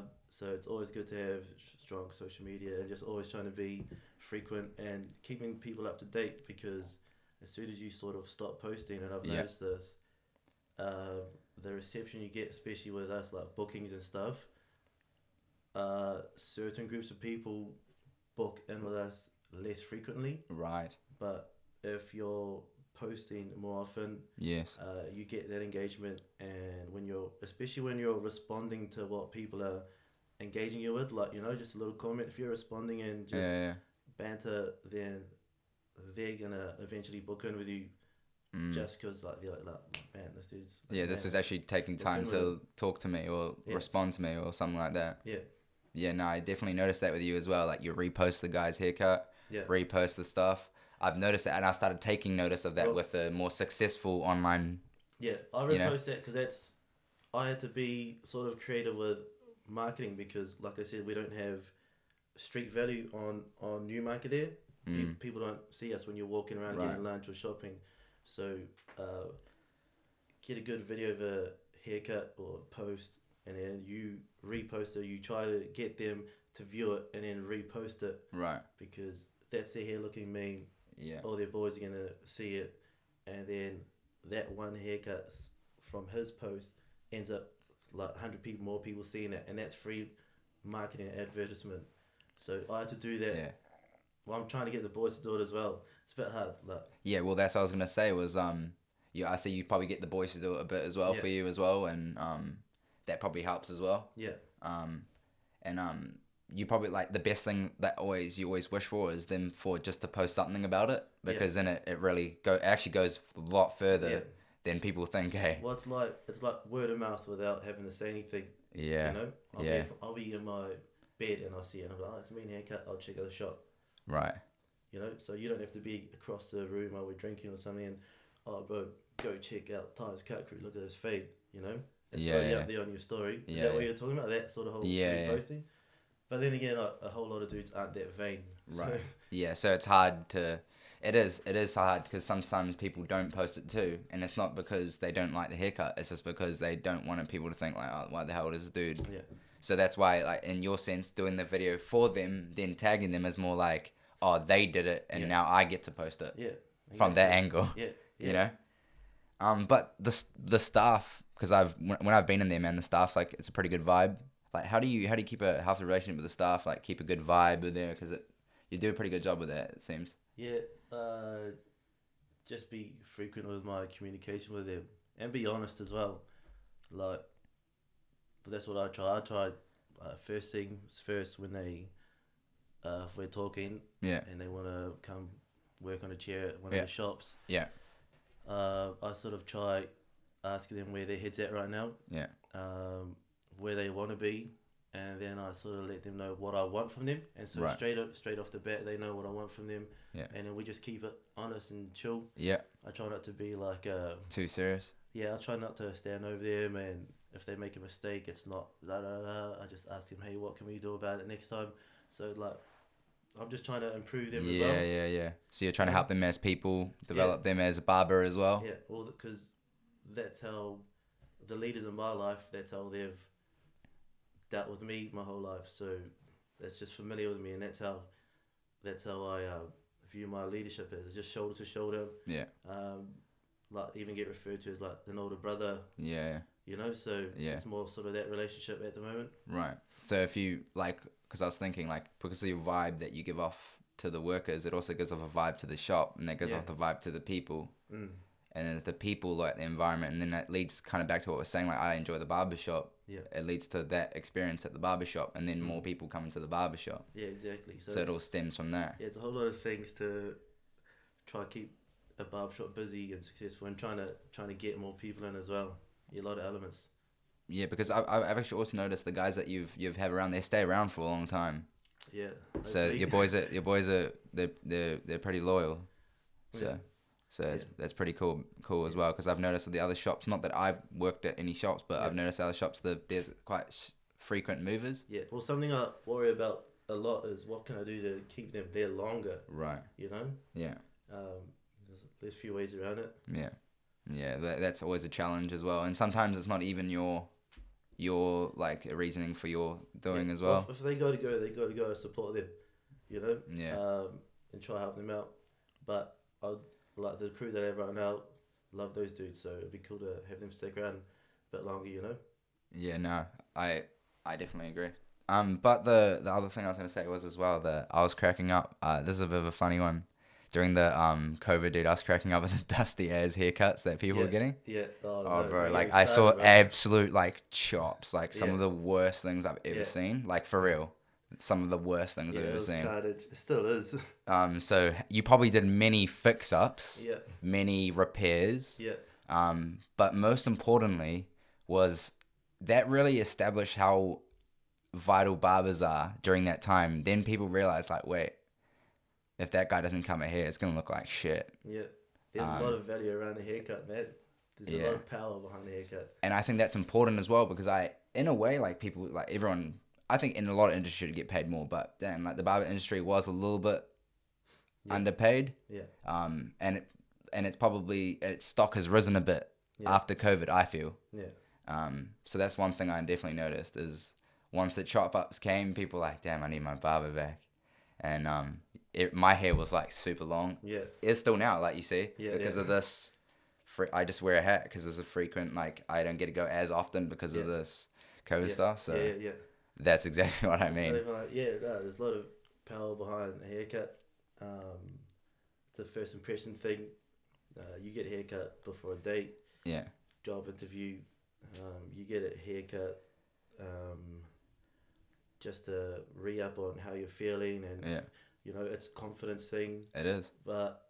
Speaker 2: Um, so it's always good to have s- strong social media and just always trying to be frequent and keeping people up to date because as soon as you sort of stop posting, and I've
Speaker 1: Yeah.
Speaker 2: noticed this, um, the reception you get, especially with us, like bookings and stuff, uh, certain groups of people book in with us less frequently,
Speaker 1: Right.
Speaker 2: but if you're posting more often,
Speaker 1: Yes.
Speaker 2: uh, you get that engagement and when you're especially when you're responding to what people are engaging you with like you know just a little comment if you're responding and just
Speaker 1: yeah.
Speaker 2: banter then they're gonna eventually book in with you
Speaker 1: Mm.
Speaker 2: just 'cause like they're like, like, man, this dude's like,
Speaker 1: yeah, this
Speaker 2: man."
Speaker 1: is actually taking
Speaker 2: Well,
Speaker 1: time
Speaker 2: generally-
Speaker 1: to talk to me or
Speaker 2: Yeah.
Speaker 1: respond to me or something like that.
Speaker 2: yeah,
Speaker 1: Yeah, no, I definitely noticed that with you as well. Like you repost the guy's haircut,
Speaker 2: yeah,
Speaker 1: repost the stuff. I've noticed that, and I started taking notice of that
Speaker 2: Well-
Speaker 1: with the more successful online.
Speaker 2: yeah. I
Speaker 1: you know?
Speaker 2: repost that 'cause that because that's I had to be sort of creative with marketing because, like I said, we don't have street value on on new market there. Pe-
Speaker 1: Mm,
Speaker 2: People don't see us when you're walking around
Speaker 1: Right.
Speaker 2: getting lunch or shopping, so uh, get a good video of a haircut or post, and then you repost it. You try to get them to view it and then repost it
Speaker 1: right.
Speaker 2: because that's their hair looking mean.
Speaker 1: Yeah.
Speaker 2: all their boys are gonna see it, and then that one haircut s- from his post ends up like hundred people more people seeing it, and that's free marketing and advertisement. So I had to do that.
Speaker 1: Yeah.
Speaker 2: Well, I'm trying to get the boys to do it as well. It's a bit hard, like
Speaker 1: Yeah. Well, that's what I was gonna say was um, yeah, I see you probably get the boys to do it a bit as well
Speaker 2: Yeah.
Speaker 1: for you as well, and um, that probably helps as well.
Speaker 2: yeah,
Speaker 1: um, and um, you probably like the best thing that always you always wish for is them for just to post something about it
Speaker 2: Yeah.
Speaker 1: because then it, it really go it actually goes a lot further
Speaker 2: Yeah.
Speaker 1: than people think. Hey,
Speaker 2: well, it's like it's like word of mouth without having to say anything.
Speaker 1: yeah,
Speaker 2: You know, I'll
Speaker 1: Yeah.
Speaker 2: be I'll be in my bed and I see it, and I'm like, oh, it's a mean haircut. I'll check out the shop.
Speaker 1: right,
Speaker 2: You know, so you don't have to be across the room while we're drinking or something. And, oh, bro, go check out Tyler's cut crew. Look at his fade. You know, it's
Speaker 1: Yeah,
Speaker 2: already
Speaker 1: yeah.
Speaker 2: up there on your story. Is
Speaker 1: Yeah,
Speaker 2: that what
Speaker 1: yeah.
Speaker 2: you're talking about? That sort of whole
Speaker 1: Yeah,
Speaker 2: free
Speaker 1: yeah.
Speaker 2: posting. But then again, like, a whole lot of dudes aren't that vain. So,
Speaker 1: right, yeah. So it's hard to. It is. It is hard because sometimes people don't post it too, and it's not because they don't like the haircut. It's just because they don't want people to think like, "Oh, why the hell does this dude
Speaker 2: yeah,
Speaker 1: So that's why, like in your sense, doing the video for them, then tagging them is more like, oh, they did it, and
Speaker 2: Yeah.
Speaker 1: now I get to post it
Speaker 2: yeah.
Speaker 1: from that
Speaker 2: exactly.
Speaker 1: angle,
Speaker 2: Yeah, yeah.
Speaker 1: you know. Um, but the s- the staff, because I've when when I've been in there, man, the staff's like it's a pretty good vibe. Like, how do you how do you keep a healthy relationship with the staff? Like, keep a good vibe with there because it you do a pretty good job with that. It seems.
Speaker 2: Yeah, uh, just be frequent with my communication with them and be honest as well. Like, but that's what I try. I try uh, first things first when they, uh, if we're talking
Speaker 1: Yeah.
Speaker 2: and they want to come work on a chair at one
Speaker 1: Yeah.
Speaker 2: of the shops.
Speaker 1: Yeah.
Speaker 2: Uh, I sort of try asking them where their head's at right now.
Speaker 1: Yeah.
Speaker 2: Um, where they want to be, and then I sort of let them know what I want from them, and so
Speaker 1: Right.
Speaker 2: straight up, straight off the bat, they know what I want from them.
Speaker 1: Yeah.
Speaker 2: And then we just keep it honest and chill.
Speaker 1: Yeah.
Speaker 2: I try not to be like, uh,
Speaker 1: Too serious.
Speaker 2: yeah, I try not to stand over them, and if they make a mistake, it's not la la la. I just ask them, hey, what can we do about it next time? So like, I'm just trying to improve them as
Speaker 1: yeah,
Speaker 2: well.
Speaker 1: yeah, yeah. So you're trying to
Speaker 2: Um,
Speaker 1: help them as people, develop them as a barber as well.
Speaker 2: Yeah, well, because that's how the leaders in my life. That's how they've dealt with me my whole life. So that's just familiar with me, and that's how that's how I uh, view my leadership as just shoulder to shoulder.
Speaker 1: Yeah.
Speaker 2: Um, like even get referred to as like an older brother,
Speaker 1: yeah.
Speaker 2: you know. So
Speaker 1: Yeah.
Speaker 2: it's more sort of that relationship at the moment.
Speaker 1: Right. So if you like, because I was thinking, like, because of your vibe that you give off to the workers, it also gives off a vibe to the shop, and that gives
Speaker 2: Yeah.
Speaker 1: off the vibe to the people,
Speaker 2: Mm.
Speaker 1: and then if the people like the environment, and then that leads kind of back to what we're saying. Like, I enjoy the barbershop.
Speaker 2: Yeah.
Speaker 1: It leads to that experience at the barbershop, and then more people come into the barbershop.
Speaker 2: Yeah, exactly. So,
Speaker 1: So it
Speaker 2: it's,
Speaker 1: all stems from there.
Speaker 2: yeah, it's a whole lot of things to try to keep a barbershop busy and successful, and trying to trying to get more people in as well. Yeah, a lot of elements.
Speaker 1: Yeah, because I, I- I've actually also noticed the guys that you've you've had around, they stay around for a long time.
Speaker 2: Yeah.
Speaker 1: So
Speaker 2: hopefully.
Speaker 1: your boys are your boys are they're they're, they're pretty loyal.
Speaker 2: Yeah.
Speaker 1: So so that's,
Speaker 2: Yeah.
Speaker 1: that's pretty cool cool as
Speaker 2: Yeah.
Speaker 1: well because I've noticed at the other shops, not that I've worked at any shops, but I've
Speaker 2: Yeah.
Speaker 1: noticed other shops that there's quite sh- frequent movers.
Speaker 2: Yeah. Well, something I worry about a lot is what can I do to keep them there longer.
Speaker 1: Right.
Speaker 2: You know,
Speaker 1: Yeah.
Speaker 2: um, there's, there's few ways around it.
Speaker 1: Yeah. Yeah. That, that's always a challenge as well, and sometimes it's not even your your like reasoning for your doing
Speaker 2: Yeah,
Speaker 1: as well.
Speaker 2: If, if they got to go, they got to go. I support them. You know.
Speaker 1: Yeah.
Speaker 2: Um, and try to help them out, but I would- like the crew that I have right now. Love those dudes, so it'd be cool to have them stick around a bit longer. You know.
Speaker 1: Yeah, no, I I definitely agree. Um, but the the other thing I was gonna say was as well that I was cracking up. Uh, this is a bit of a funny one. During the um COVID, dude, I was cracking up at the dusty ass haircuts that people were
Speaker 2: Yeah.
Speaker 1: getting.
Speaker 2: Yeah. Oh,
Speaker 1: Oh,
Speaker 2: no,
Speaker 1: bro!
Speaker 2: don't
Speaker 1: Like
Speaker 2: get me
Speaker 1: I saw
Speaker 2: started, bro.
Speaker 1: absolute like chops, like some
Speaker 2: Yeah.
Speaker 1: of the worst things I've ever
Speaker 2: Yeah.
Speaker 1: seen. Like for real, some of the worst things
Speaker 2: yeah,
Speaker 1: I've
Speaker 2: it
Speaker 1: ever
Speaker 2: was
Speaker 1: seen.
Speaker 2: carnage. It still is.
Speaker 1: Um, so you probably did many fix ups,
Speaker 2: yeah,
Speaker 1: many repairs.
Speaker 2: yeah,
Speaker 1: Um, but most importantly, was that really established how vital barbers are during that time. Then people realized, like, wait, if that guy doesn't come here, it's gonna look like shit.
Speaker 2: yeah. There's a
Speaker 1: Um,
Speaker 2: lot of value around the haircut, man. There's a
Speaker 1: yeah.
Speaker 2: lot of power behind the haircut.
Speaker 1: And I think that's important as well because I, in a way, like people, like everyone, I think in a lot of industry should get paid more. But damn, like the barber industry was a little bit
Speaker 2: Yeah.
Speaker 1: underpaid.
Speaker 2: Yeah.
Speaker 1: Um, and it, and it's probably its stock has risen a bit
Speaker 2: Yeah.
Speaker 1: after COVID. I feel.
Speaker 2: Yeah,
Speaker 1: Um, so that's one thing I definitely noticed is once the chop ups came, people were like, damn, I need my barber back. And um, it, my hair was like super long.
Speaker 2: yeah,
Speaker 1: It's still now, like you see,
Speaker 2: Yeah,
Speaker 1: because
Speaker 2: yeah.
Speaker 1: of this. Fre- I just wear a hat because it's a frequent, like, I don't get to go as often because of
Speaker 2: Yeah.
Speaker 1: this COVID
Speaker 2: yeah.
Speaker 1: stuff. So
Speaker 2: yeah, yeah, yeah.
Speaker 1: that's exactly what I
Speaker 2: Not
Speaker 1: mean.
Speaker 2: even like- yeah, no, there's a lot of power behind a haircut. Um, it's a first impression thing. Uh, you get a haircut before a date,
Speaker 1: Yeah.
Speaker 2: job interview. Um, you get a haircut um, just to re up on how you're feeling, and
Speaker 1: Yeah.
Speaker 2: you know it's a confidence thing.
Speaker 1: It is.
Speaker 2: But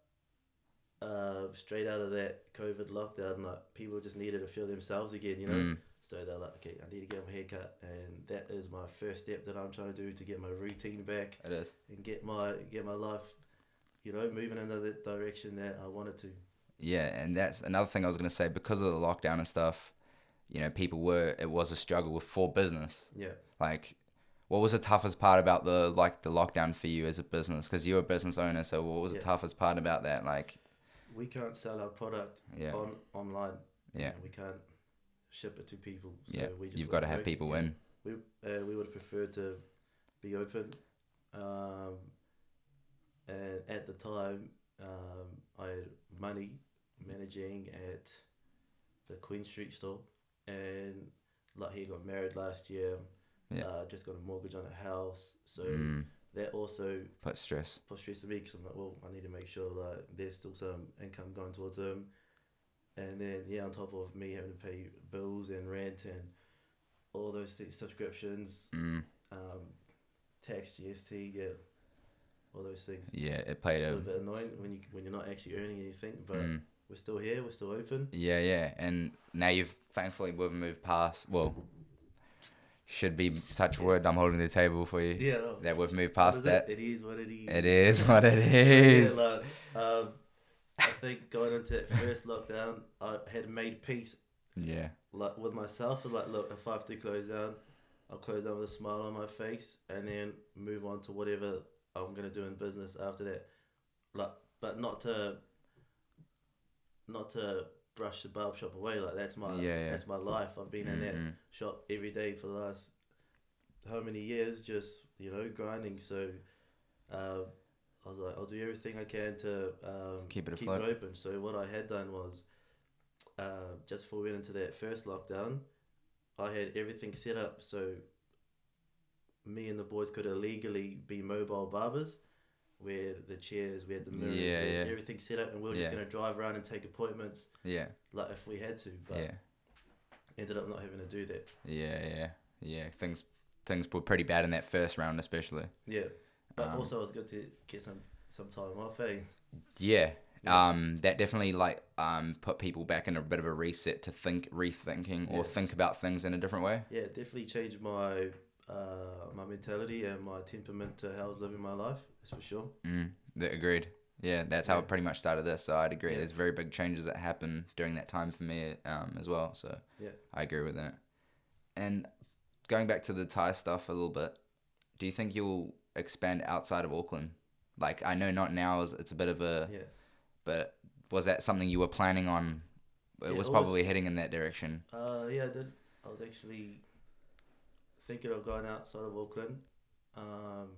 Speaker 2: uh, straight out of that COVID lockdown, like people just needed to feel themselves again. You know,
Speaker 1: Mm.
Speaker 2: so they're like, okay, I need to get my haircut, and that is my first step that I'm trying to do to get my routine back
Speaker 1: It is.
Speaker 2: and get my get my life, you know, moving in the direction that I wanted to.
Speaker 1: Yeah, and that's another thing I was gonna say. Because of the lockdown and stuff, you know, people were it was a struggle for business.
Speaker 2: Yeah,
Speaker 1: like what was the toughest part about the like the lockdown for you as a business because you're a business owner so what was the
Speaker 2: Yeah.
Speaker 1: toughest part about that like
Speaker 2: we can't sell our product
Speaker 1: yeah
Speaker 2: on online.
Speaker 1: Yeah.
Speaker 2: and we can't ship it to people. So
Speaker 1: yeah
Speaker 2: we just
Speaker 1: you've got to
Speaker 2: wouldn't
Speaker 1: have
Speaker 2: work.
Speaker 1: people
Speaker 2: Yeah.
Speaker 1: in
Speaker 2: We uh, we would prefer to be open, um, and at the time, um, I had money managing at the Queen Street store, and like he got married last year.
Speaker 1: Yeah.
Speaker 2: Uh, just got a mortgage on a house, so
Speaker 1: mm,
Speaker 2: that also
Speaker 1: put stress
Speaker 2: put stress on me because I'm like, well, I need to make sure that there's still some income going towards them, and then yeah, on top of me having to pay bills and rent and all those things, subscriptions,
Speaker 1: mm,
Speaker 2: um, tax, GST, yeah, all those things.
Speaker 1: yeah it played a
Speaker 2: A little bit annoying when you when you're not actually earning anything, but
Speaker 1: mm,
Speaker 2: we're still here, we're still open.
Speaker 1: yeah yeah and now you've thankfully we've moved past well should be touch wood i'm holding the table for you
Speaker 2: Yeah, no,
Speaker 1: that we've moved
Speaker 2: what
Speaker 1: past
Speaker 2: is
Speaker 1: that
Speaker 2: It? it is what it is.
Speaker 1: it is what it is
Speaker 2: Yeah, like, um, I think going into that first lockdown, I had made peace
Speaker 1: yeah
Speaker 2: like with myself is like look if I have to close down I'll close down with a smile on my face and then move on to whatever I'm gonna do in business after that like but not to not to brush the barb shop away like that's my
Speaker 1: Yeah, yeah.
Speaker 2: that's my life I've been in that
Speaker 1: Mm, mm.
Speaker 2: shop every day for the last how many years just you know grinding so um, I was like I'll do everything I can to um,
Speaker 1: Keep it
Speaker 2: keep
Speaker 1: afloat.
Speaker 2: it open so what I had done was uh, just before we went into that first lockdown I had everything set up so me and the boys could illegally be mobile barbers we had the chairs we had the mirrors
Speaker 1: Yeah,
Speaker 2: we had
Speaker 1: yeah.
Speaker 2: everything set up and we were just
Speaker 1: Yeah.
Speaker 2: going to drive around and take appointments
Speaker 1: yeah
Speaker 2: like if we had to but
Speaker 1: yeah
Speaker 2: ended up not having to do that
Speaker 1: Yeah, yeah, yeah. Things things were pretty bad in that first round, especially.
Speaker 2: yeah But
Speaker 1: Um,
Speaker 2: also, it was good to get some some time off. Eh?
Speaker 1: yeah,
Speaker 2: Yeah.
Speaker 1: um, that definitely like um put people back in a bit of a reset to think, rethinking, or
Speaker 2: Yeah.
Speaker 1: think about things in a different way.
Speaker 2: Yeah, it definitely changed my uh, my mentality and my temperament to how I was living my life. That's for sure.
Speaker 1: Mm, that agreed. Yeah, that's how
Speaker 2: Yeah.
Speaker 1: it pretty much started this. So I'd agree.
Speaker 2: Yeah.
Speaker 1: There's very big changes that happened during that time for me um, as well. So
Speaker 2: Yeah.
Speaker 1: I agree with that. And going back to the Thai stuff a little bit, do you think you'll expand outside of Auckland? Like I know not now is it's a bit of a
Speaker 2: Yeah,
Speaker 1: but was that something you were planning on? It
Speaker 2: Yeah,
Speaker 1: was
Speaker 2: always-
Speaker 1: probably heading in that direction.
Speaker 2: uh, yeah, I did. I was actually thinking of going outside of Auckland, um,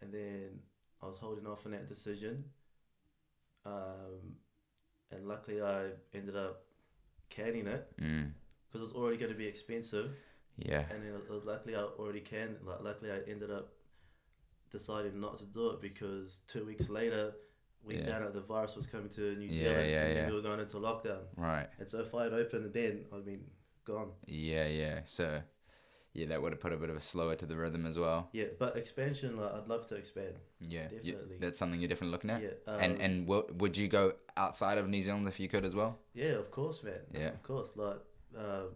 Speaker 2: and then I was holding off on that decision. Um, and luckily, I ended up canning it
Speaker 1: Mm.
Speaker 2: because it was already going to be expensive.
Speaker 1: Yeah.
Speaker 2: and then it was luckily I already can like luckily I ended up deciding not to do it because two weeks later we
Speaker 1: Yeah.
Speaker 2: found out the virus was coming to New
Speaker 1: Yeah,
Speaker 2: Zealand
Speaker 1: yeah,
Speaker 2: and then
Speaker 1: yeah.
Speaker 2: we were going into lockdown
Speaker 1: Right.
Speaker 2: and so if I had opened then I'd been gone
Speaker 1: Yeah. Yeah. So, yeah, that would have put a bit of a slower to the rhythm as well.
Speaker 2: Yeah, but expansion, like, I'd love to expand.
Speaker 1: Yeah, you-
Speaker 2: Definitely.
Speaker 1: that's something you're definitely looking
Speaker 2: Yeah,
Speaker 1: at.
Speaker 2: um,
Speaker 1: and and w- would you go outside of New Zealand if you could as well?
Speaker 2: yeah, of course, man.
Speaker 1: Yeah.
Speaker 2: of course. Like, um,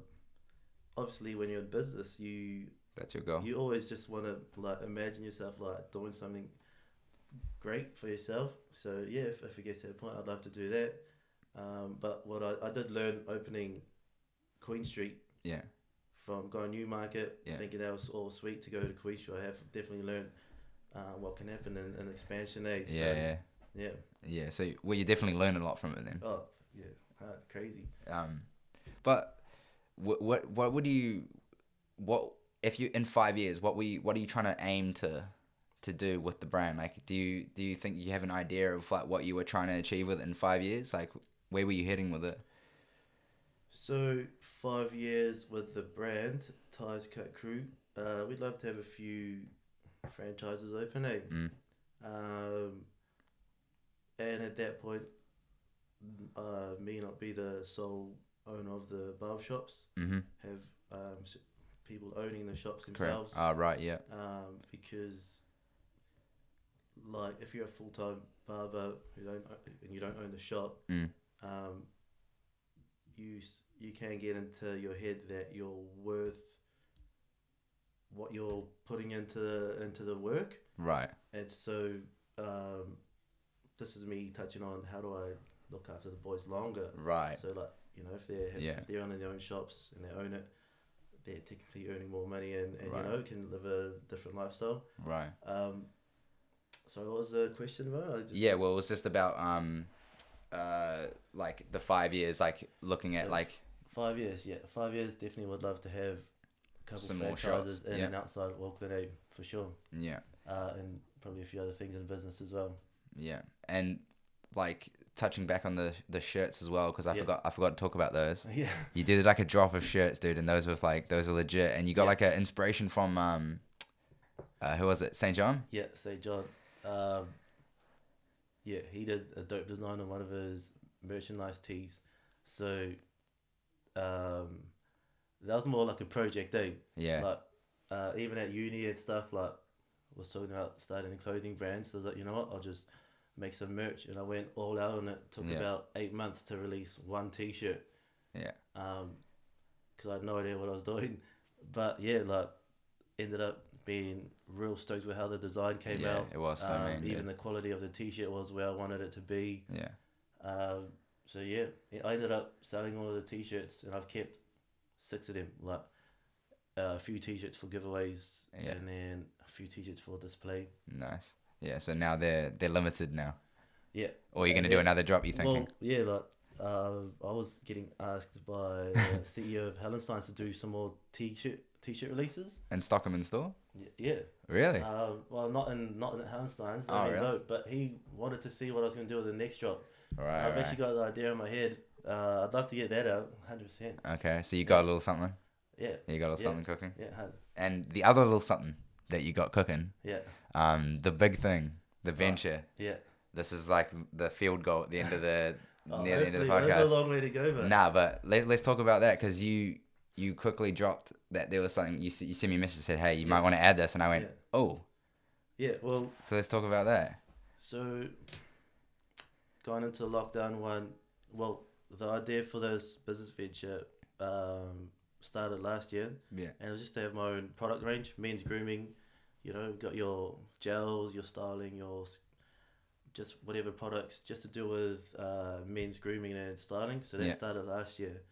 Speaker 2: obviously, when you're in business, you
Speaker 1: That's your goal.
Speaker 2: you always just want to like imagine yourself like doing something great for yourself so yeah if, if it gets to that point i'd love to do that um, but what I, I did learn opening queen street
Speaker 1: Yeah,
Speaker 2: from going newmarket
Speaker 1: Yeah.
Speaker 2: thinking that was all sweet to go to queen street i have definitely learned uh, what can happen in an expansion age
Speaker 1: yeah, yeah, Mm-hmm.
Speaker 2: so, yeah
Speaker 1: yeah. So you- well, you definitely learn a lot from it then.
Speaker 2: oh yeah hard, crazy
Speaker 1: Um, but what what what would you what if you in five years what we what are you trying to aim to to do with the brand? Like, do you do you think you have an idea of like what you were trying to achieve with it in five years? Like, where were you heading with it?
Speaker 2: So five years with the brand Ties Cut Crew. Uh, we'd love to have a few franchises open, eh?
Speaker 1: Mm.
Speaker 2: Um, and at that point, uh, me not be the sole owner of the barber shops.
Speaker 1: Mm-hmm.
Speaker 2: Have um, s- people owning the shops
Speaker 1: Correct.
Speaker 2: themselves.
Speaker 1: Ah, right. Yeah.
Speaker 2: Um, because like if you're a full time barber who don't o- and you don't own the shop,
Speaker 1: Mm.
Speaker 2: um, you s- you can get into your head that you're worth what you're putting into the, into the work,
Speaker 1: Right.
Speaker 2: and so um, this is me touching on how do I look after the boys longer.
Speaker 1: Right.
Speaker 2: So like you know if they're
Speaker 1: Yeah.
Speaker 2: if they're owning their own shops and they own it, they're technically earning more money and, and
Speaker 1: Right.
Speaker 2: you know can live a different lifestyle.
Speaker 1: Right.
Speaker 2: Um, so what was the question about? I just,
Speaker 1: Yeah. Well, it was just about um, uh, like the five years, like looking at
Speaker 2: So
Speaker 1: like
Speaker 2: Five years, yeah, five years. Definitely would love to have a couple
Speaker 1: Some more
Speaker 2: franchises
Speaker 1: shops,
Speaker 2: in
Speaker 1: yeah.
Speaker 2: and outside of Auckland, eh, for sure,
Speaker 1: yeah,
Speaker 2: uh, and probably a few other things in business as well.
Speaker 1: yeah, and like touching back on the the shirts as well because I
Speaker 2: Yeah.
Speaker 1: forgot I forgot to talk about those.
Speaker 2: yeah,
Speaker 1: You did like a drop of shirts, dude, and those were like those are legit, and you got
Speaker 2: Yeah.
Speaker 1: like an inspiration from um, uh, who was it? Saint John.
Speaker 2: yeah. Say John, um, yeah, he did a dope design on one of his merchandise tees. So, um, that was more like a project, eh?
Speaker 1: Yeah.
Speaker 2: Like, uh, even at uni and stuff, like, was talking about starting a clothing brand. So I was like, you know what? I'll just make some merch. And I went all out on it. Took
Speaker 1: Yeah.
Speaker 2: about eight months to release one t shirt.
Speaker 1: Yeah.
Speaker 2: Um, because I had no idea what I was doing. But yeah, like, ended up being real stoked with how the design came
Speaker 1: yeah.
Speaker 2: out.
Speaker 1: It was so
Speaker 2: um,
Speaker 1: mean. dude.
Speaker 2: even the quality of the t shirt was where I wanted it to be.
Speaker 1: yeah.
Speaker 2: Um, so yeah, yeah, I ended up selling all of the t-shirts, and I've kept six of them, like uh, a few t-shirts for giveaways,
Speaker 1: Yeah.
Speaker 2: and then a few t-shirts for display.
Speaker 1: Nice. Yeah. So now they're they're limited now.
Speaker 2: Yeah.
Speaker 1: Or you're gonna do
Speaker 2: Yeah.
Speaker 1: another drop? You thinking?
Speaker 2: Well, yeah, like uh, I was getting asked by the CEO of Hellensteins to do some more t-shirt t-shirt releases.
Speaker 1: and stock them in store?
Speaker 2: Y- Yeah.
Speaker 1: Really?
Speaker 2: Um, well, not in not in Hellensteins.
Speaker 1: Oh,
Speaker 2: I mean,
Speaker 1: really?
Speaker 2: no, but he wanted to see what I was going to do with the next drop.
Speaker 1: right.
Speaker 2: I've actually got the idea in my head. Uh, I'd love to get that out, hundred percent.
Speaker 1: right. Okay. So you got a little something.
Speaker 2: Yeah.
Speaker 1: You got a little
Speaker 2: Yeah.
Speaker 1: something cooking.
Speaker 2: Yeah. 100.
Speaker 1: And the other little something that you got cooking,
Speaker 2: Yeah.
Speaker 1: um, the big thing, the venture.
Speaker 2: Yeah.
Speaker 1: This is like the field goal at the end of the
Speaker 2: Oh,
Speaker 1: near the end of the
Speaker 2: hopefully- there's
Speaker 1: podcast.
Speaker 2: a long way to go, but
Speaker 1: Nah, but let, let's talk about that because you you quickly dropped that there was something you s- you sent me a message said hey you might want to add this and I went
Speaker 2: Yeah.
Speaker 1: oh
Speaker 2: yeah. Well,
Speaker 1: so let's talk about that
Speaker 2: so going into lockdown one, well, the idea for this business venture um, started last year,
Speaker 1: yeah
Speaker 2: and it was just to have my own product range, men's grooming. You know, got your gels, your styling, your s- just whatever products, just to do with uh, men's grooming and styling. So that
Speaker 1: Yeah.
Speaker 2: started last year,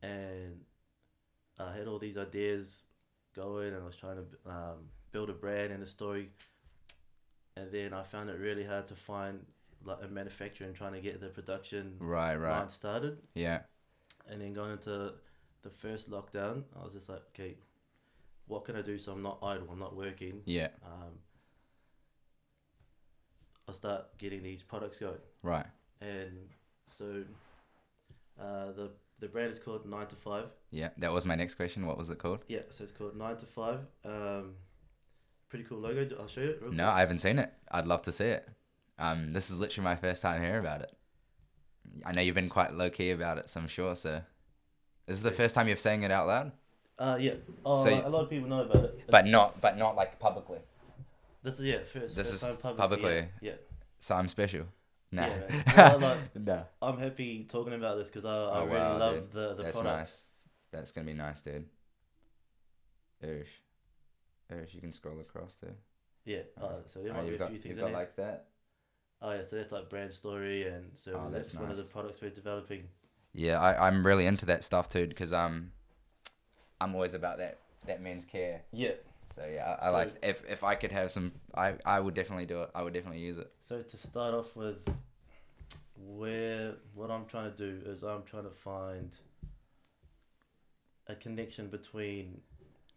Speaker 2: and I had all these ideas going, and I was trying to um, build a brand and a story. And then I found it really hard to find like a manufacturer and trying to get the production
Speaker 1: right right
Speaker 2: line started.
Speaker 1: yeah
Speaker 2: And then going into the first lockdown, I was just like, okay, what can I do so I'm not idle, I'm not working?
Speaker 1: yeah
Speaker 2: Um, I'll start getting these products going.
Speaker 1: right
Speaker 2: And so uh, the, the brand is called 9 to 5.
Speaker 1: yeah that was my next question what was it called
Speaker 2: Yeah, so it's called 9 to 5. Um, pretty cool logo. I'll show you it real
Speaker 1: No, I haven't seen it. I'd love to see it. Um, this is literally my first time hearing about it. I know you've been quite low key about it, so I'm sure. So, this is the
Speaker 2: Yeah.
Speaker 1: first time you're saying it out loud.
Speaker 2: quick. Uh, yeah. Oh,
Speaker 1: So
Speaker 2: like,
Speaker 1: you-
Speaker 2: a lot of people know about it.
Speaker 1: but not but not like publicly.
Speaker 2: this is yeah first.
Speaker 1: This
Speaker 2: first
Speaker 1: is
Speaker 2: time publicly.
Speaker 1: publicly.
Speaker 2: Yeah.
Speaker 1: So I'm special.
Speaker 2: Yeah.
Speaker 1: Nah.
Speaker 2: yeah, man. Well, like,
Speaker 1: nah.
Speaker 2: I'm happy talking about this because I, I
Speaker 1: Oh,
Speaker 2: really
Speaker 1: wow,
Speaker 2: love
Speaker 1: dude.
Speaker 2: the the
Speaker 1: That's
Speaker 2: product.
Speaker 1: nice. That's gonna be nice, dude. Irish. Irish, you can scroll across too.
Speaker 2: Yeah. Uh, so there
Speaker 1: Oh,
Speaker 2: might be
Speaker 1: you've
Speaker 2: a
Speaker 1: got,
Speaker 2: few things
Speaker 1: you've
Speaker 2: in
Speaker 1: got
Speaker 2: there.
Speaker 1: like that.
Speaker 2: Oh yeah, so that's like brand story, and so
Speaker 1: Oh,
Speaker 2: that's,
Speaker 1: that's
Speaker 2: one of the
Speaker 1: nice.
Speaker 2: products we're developing.
Speaker 1: Yeah, I, I'm really into that stuff too because um, I'm always about that that men's care.
Speaker 2: Yeah.
Speaker 1: So yeah, I, I
Speaker 2: So-
Speaker 1: like if if I could have some, I I would definitely do it. I would definitely use it.
Speaker 2: So to start off with, where what I'm trying to do is I'm trying to find a connection between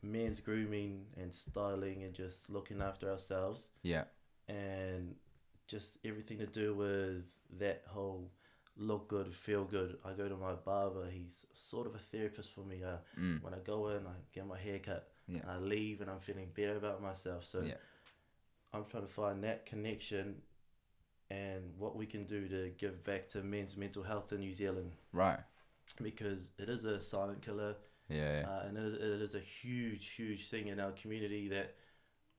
Speaker 2: men's grooming and styling and just looking after ourselves
Speaker 1: Yeah,
Speaker 2: and just everything to do with that whole look good, feel good. I go to my barber; he's sort of a therapist for me. Uh,
Speaker 1: mm.
Speaker 2: when I go in, I get my hair cut,
Speaker 1: Yeah.
Speaker 2: and I leave, and I'm feeling better about myself. So
Speaker 1: Yeah.
Speaker 2: I'm trying to find that connection and what we can do to give back to men's mental health in New Zealand
Speaker 1: right.
Speaker 2: because it is a silent killer
Speaker 1: Yeah,
Speaker 2: uh, and it is, it is a huge, huge thing in our community that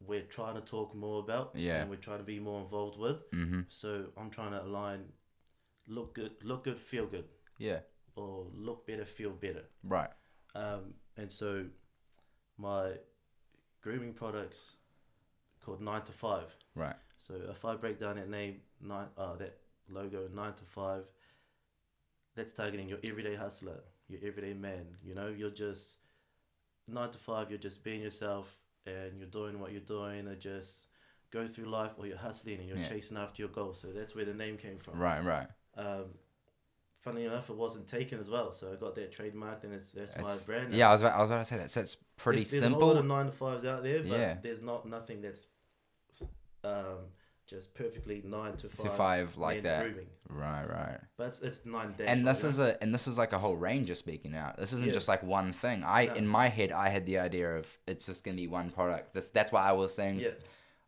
Speaker 2: we're trying to talk more about
Speaker 1: Yeah.
Speaker 2: and we're trying to be more involved with.
Speaker 1: yeah. Mm-hmm.
Speaker 2: So I'm trying to align look good, look good, feel good,
Speaker 1: Yeah,
Speaker 2: or look better, feel better.
Speaker 1: right.
Speaker 2: Um, and so my grooming products called Nine to Five.
Speaker 1: Right.
Speaker 2: So if I break down that name, nine, uh, that logo, Nine to Five, that's targeting your everyday hustler, your everyday man. You know, you're just nine to five. You're just being yourself, and you're doing what you're doing, and just go through life, or you're hustling and you're
Speaker 1: Yeah.
Speaker 2: chasing after your goal. So that's where the name came from.
Speaker 1: Right, right.
Speaker 2: Um, funny enough, it wasn't taken as well, so I got that trademarked, and it's that's my
Speaker 1: It's-
Speaker 2: brand. now.
Speaker 1: Yeah, I was about, I was about to say that. So it's pretty
Speaker 2: There's- there's A whole lot of
Speaker 1: simple.
Speaker 2: nine to fives out there, but
Speaker 1: Yeah.
Speaker 2: there's not nothing that's um, just perfectly nine to five.
Speaker 1: To five like
Speaker 2: men's
Speaker 1: that.
Speaker 2: Grooming.
Speaker 1: Right, right.
Speaker 2: But it's, it's nine days.
Speaker 1: and
Speaker 2: right
Speaker 1: this
Speaker 2: now.
Speaker 1: is a and this is like a whole range of speaking out. This isn't
Speaker 2: Yeah.
Speaker 1: just like one thing. I
Speaker 2: No.
Speaker 1: in my head I had the idea of it's just gonna be one product. That's that's why I was saying,
Speaker 2: yeah.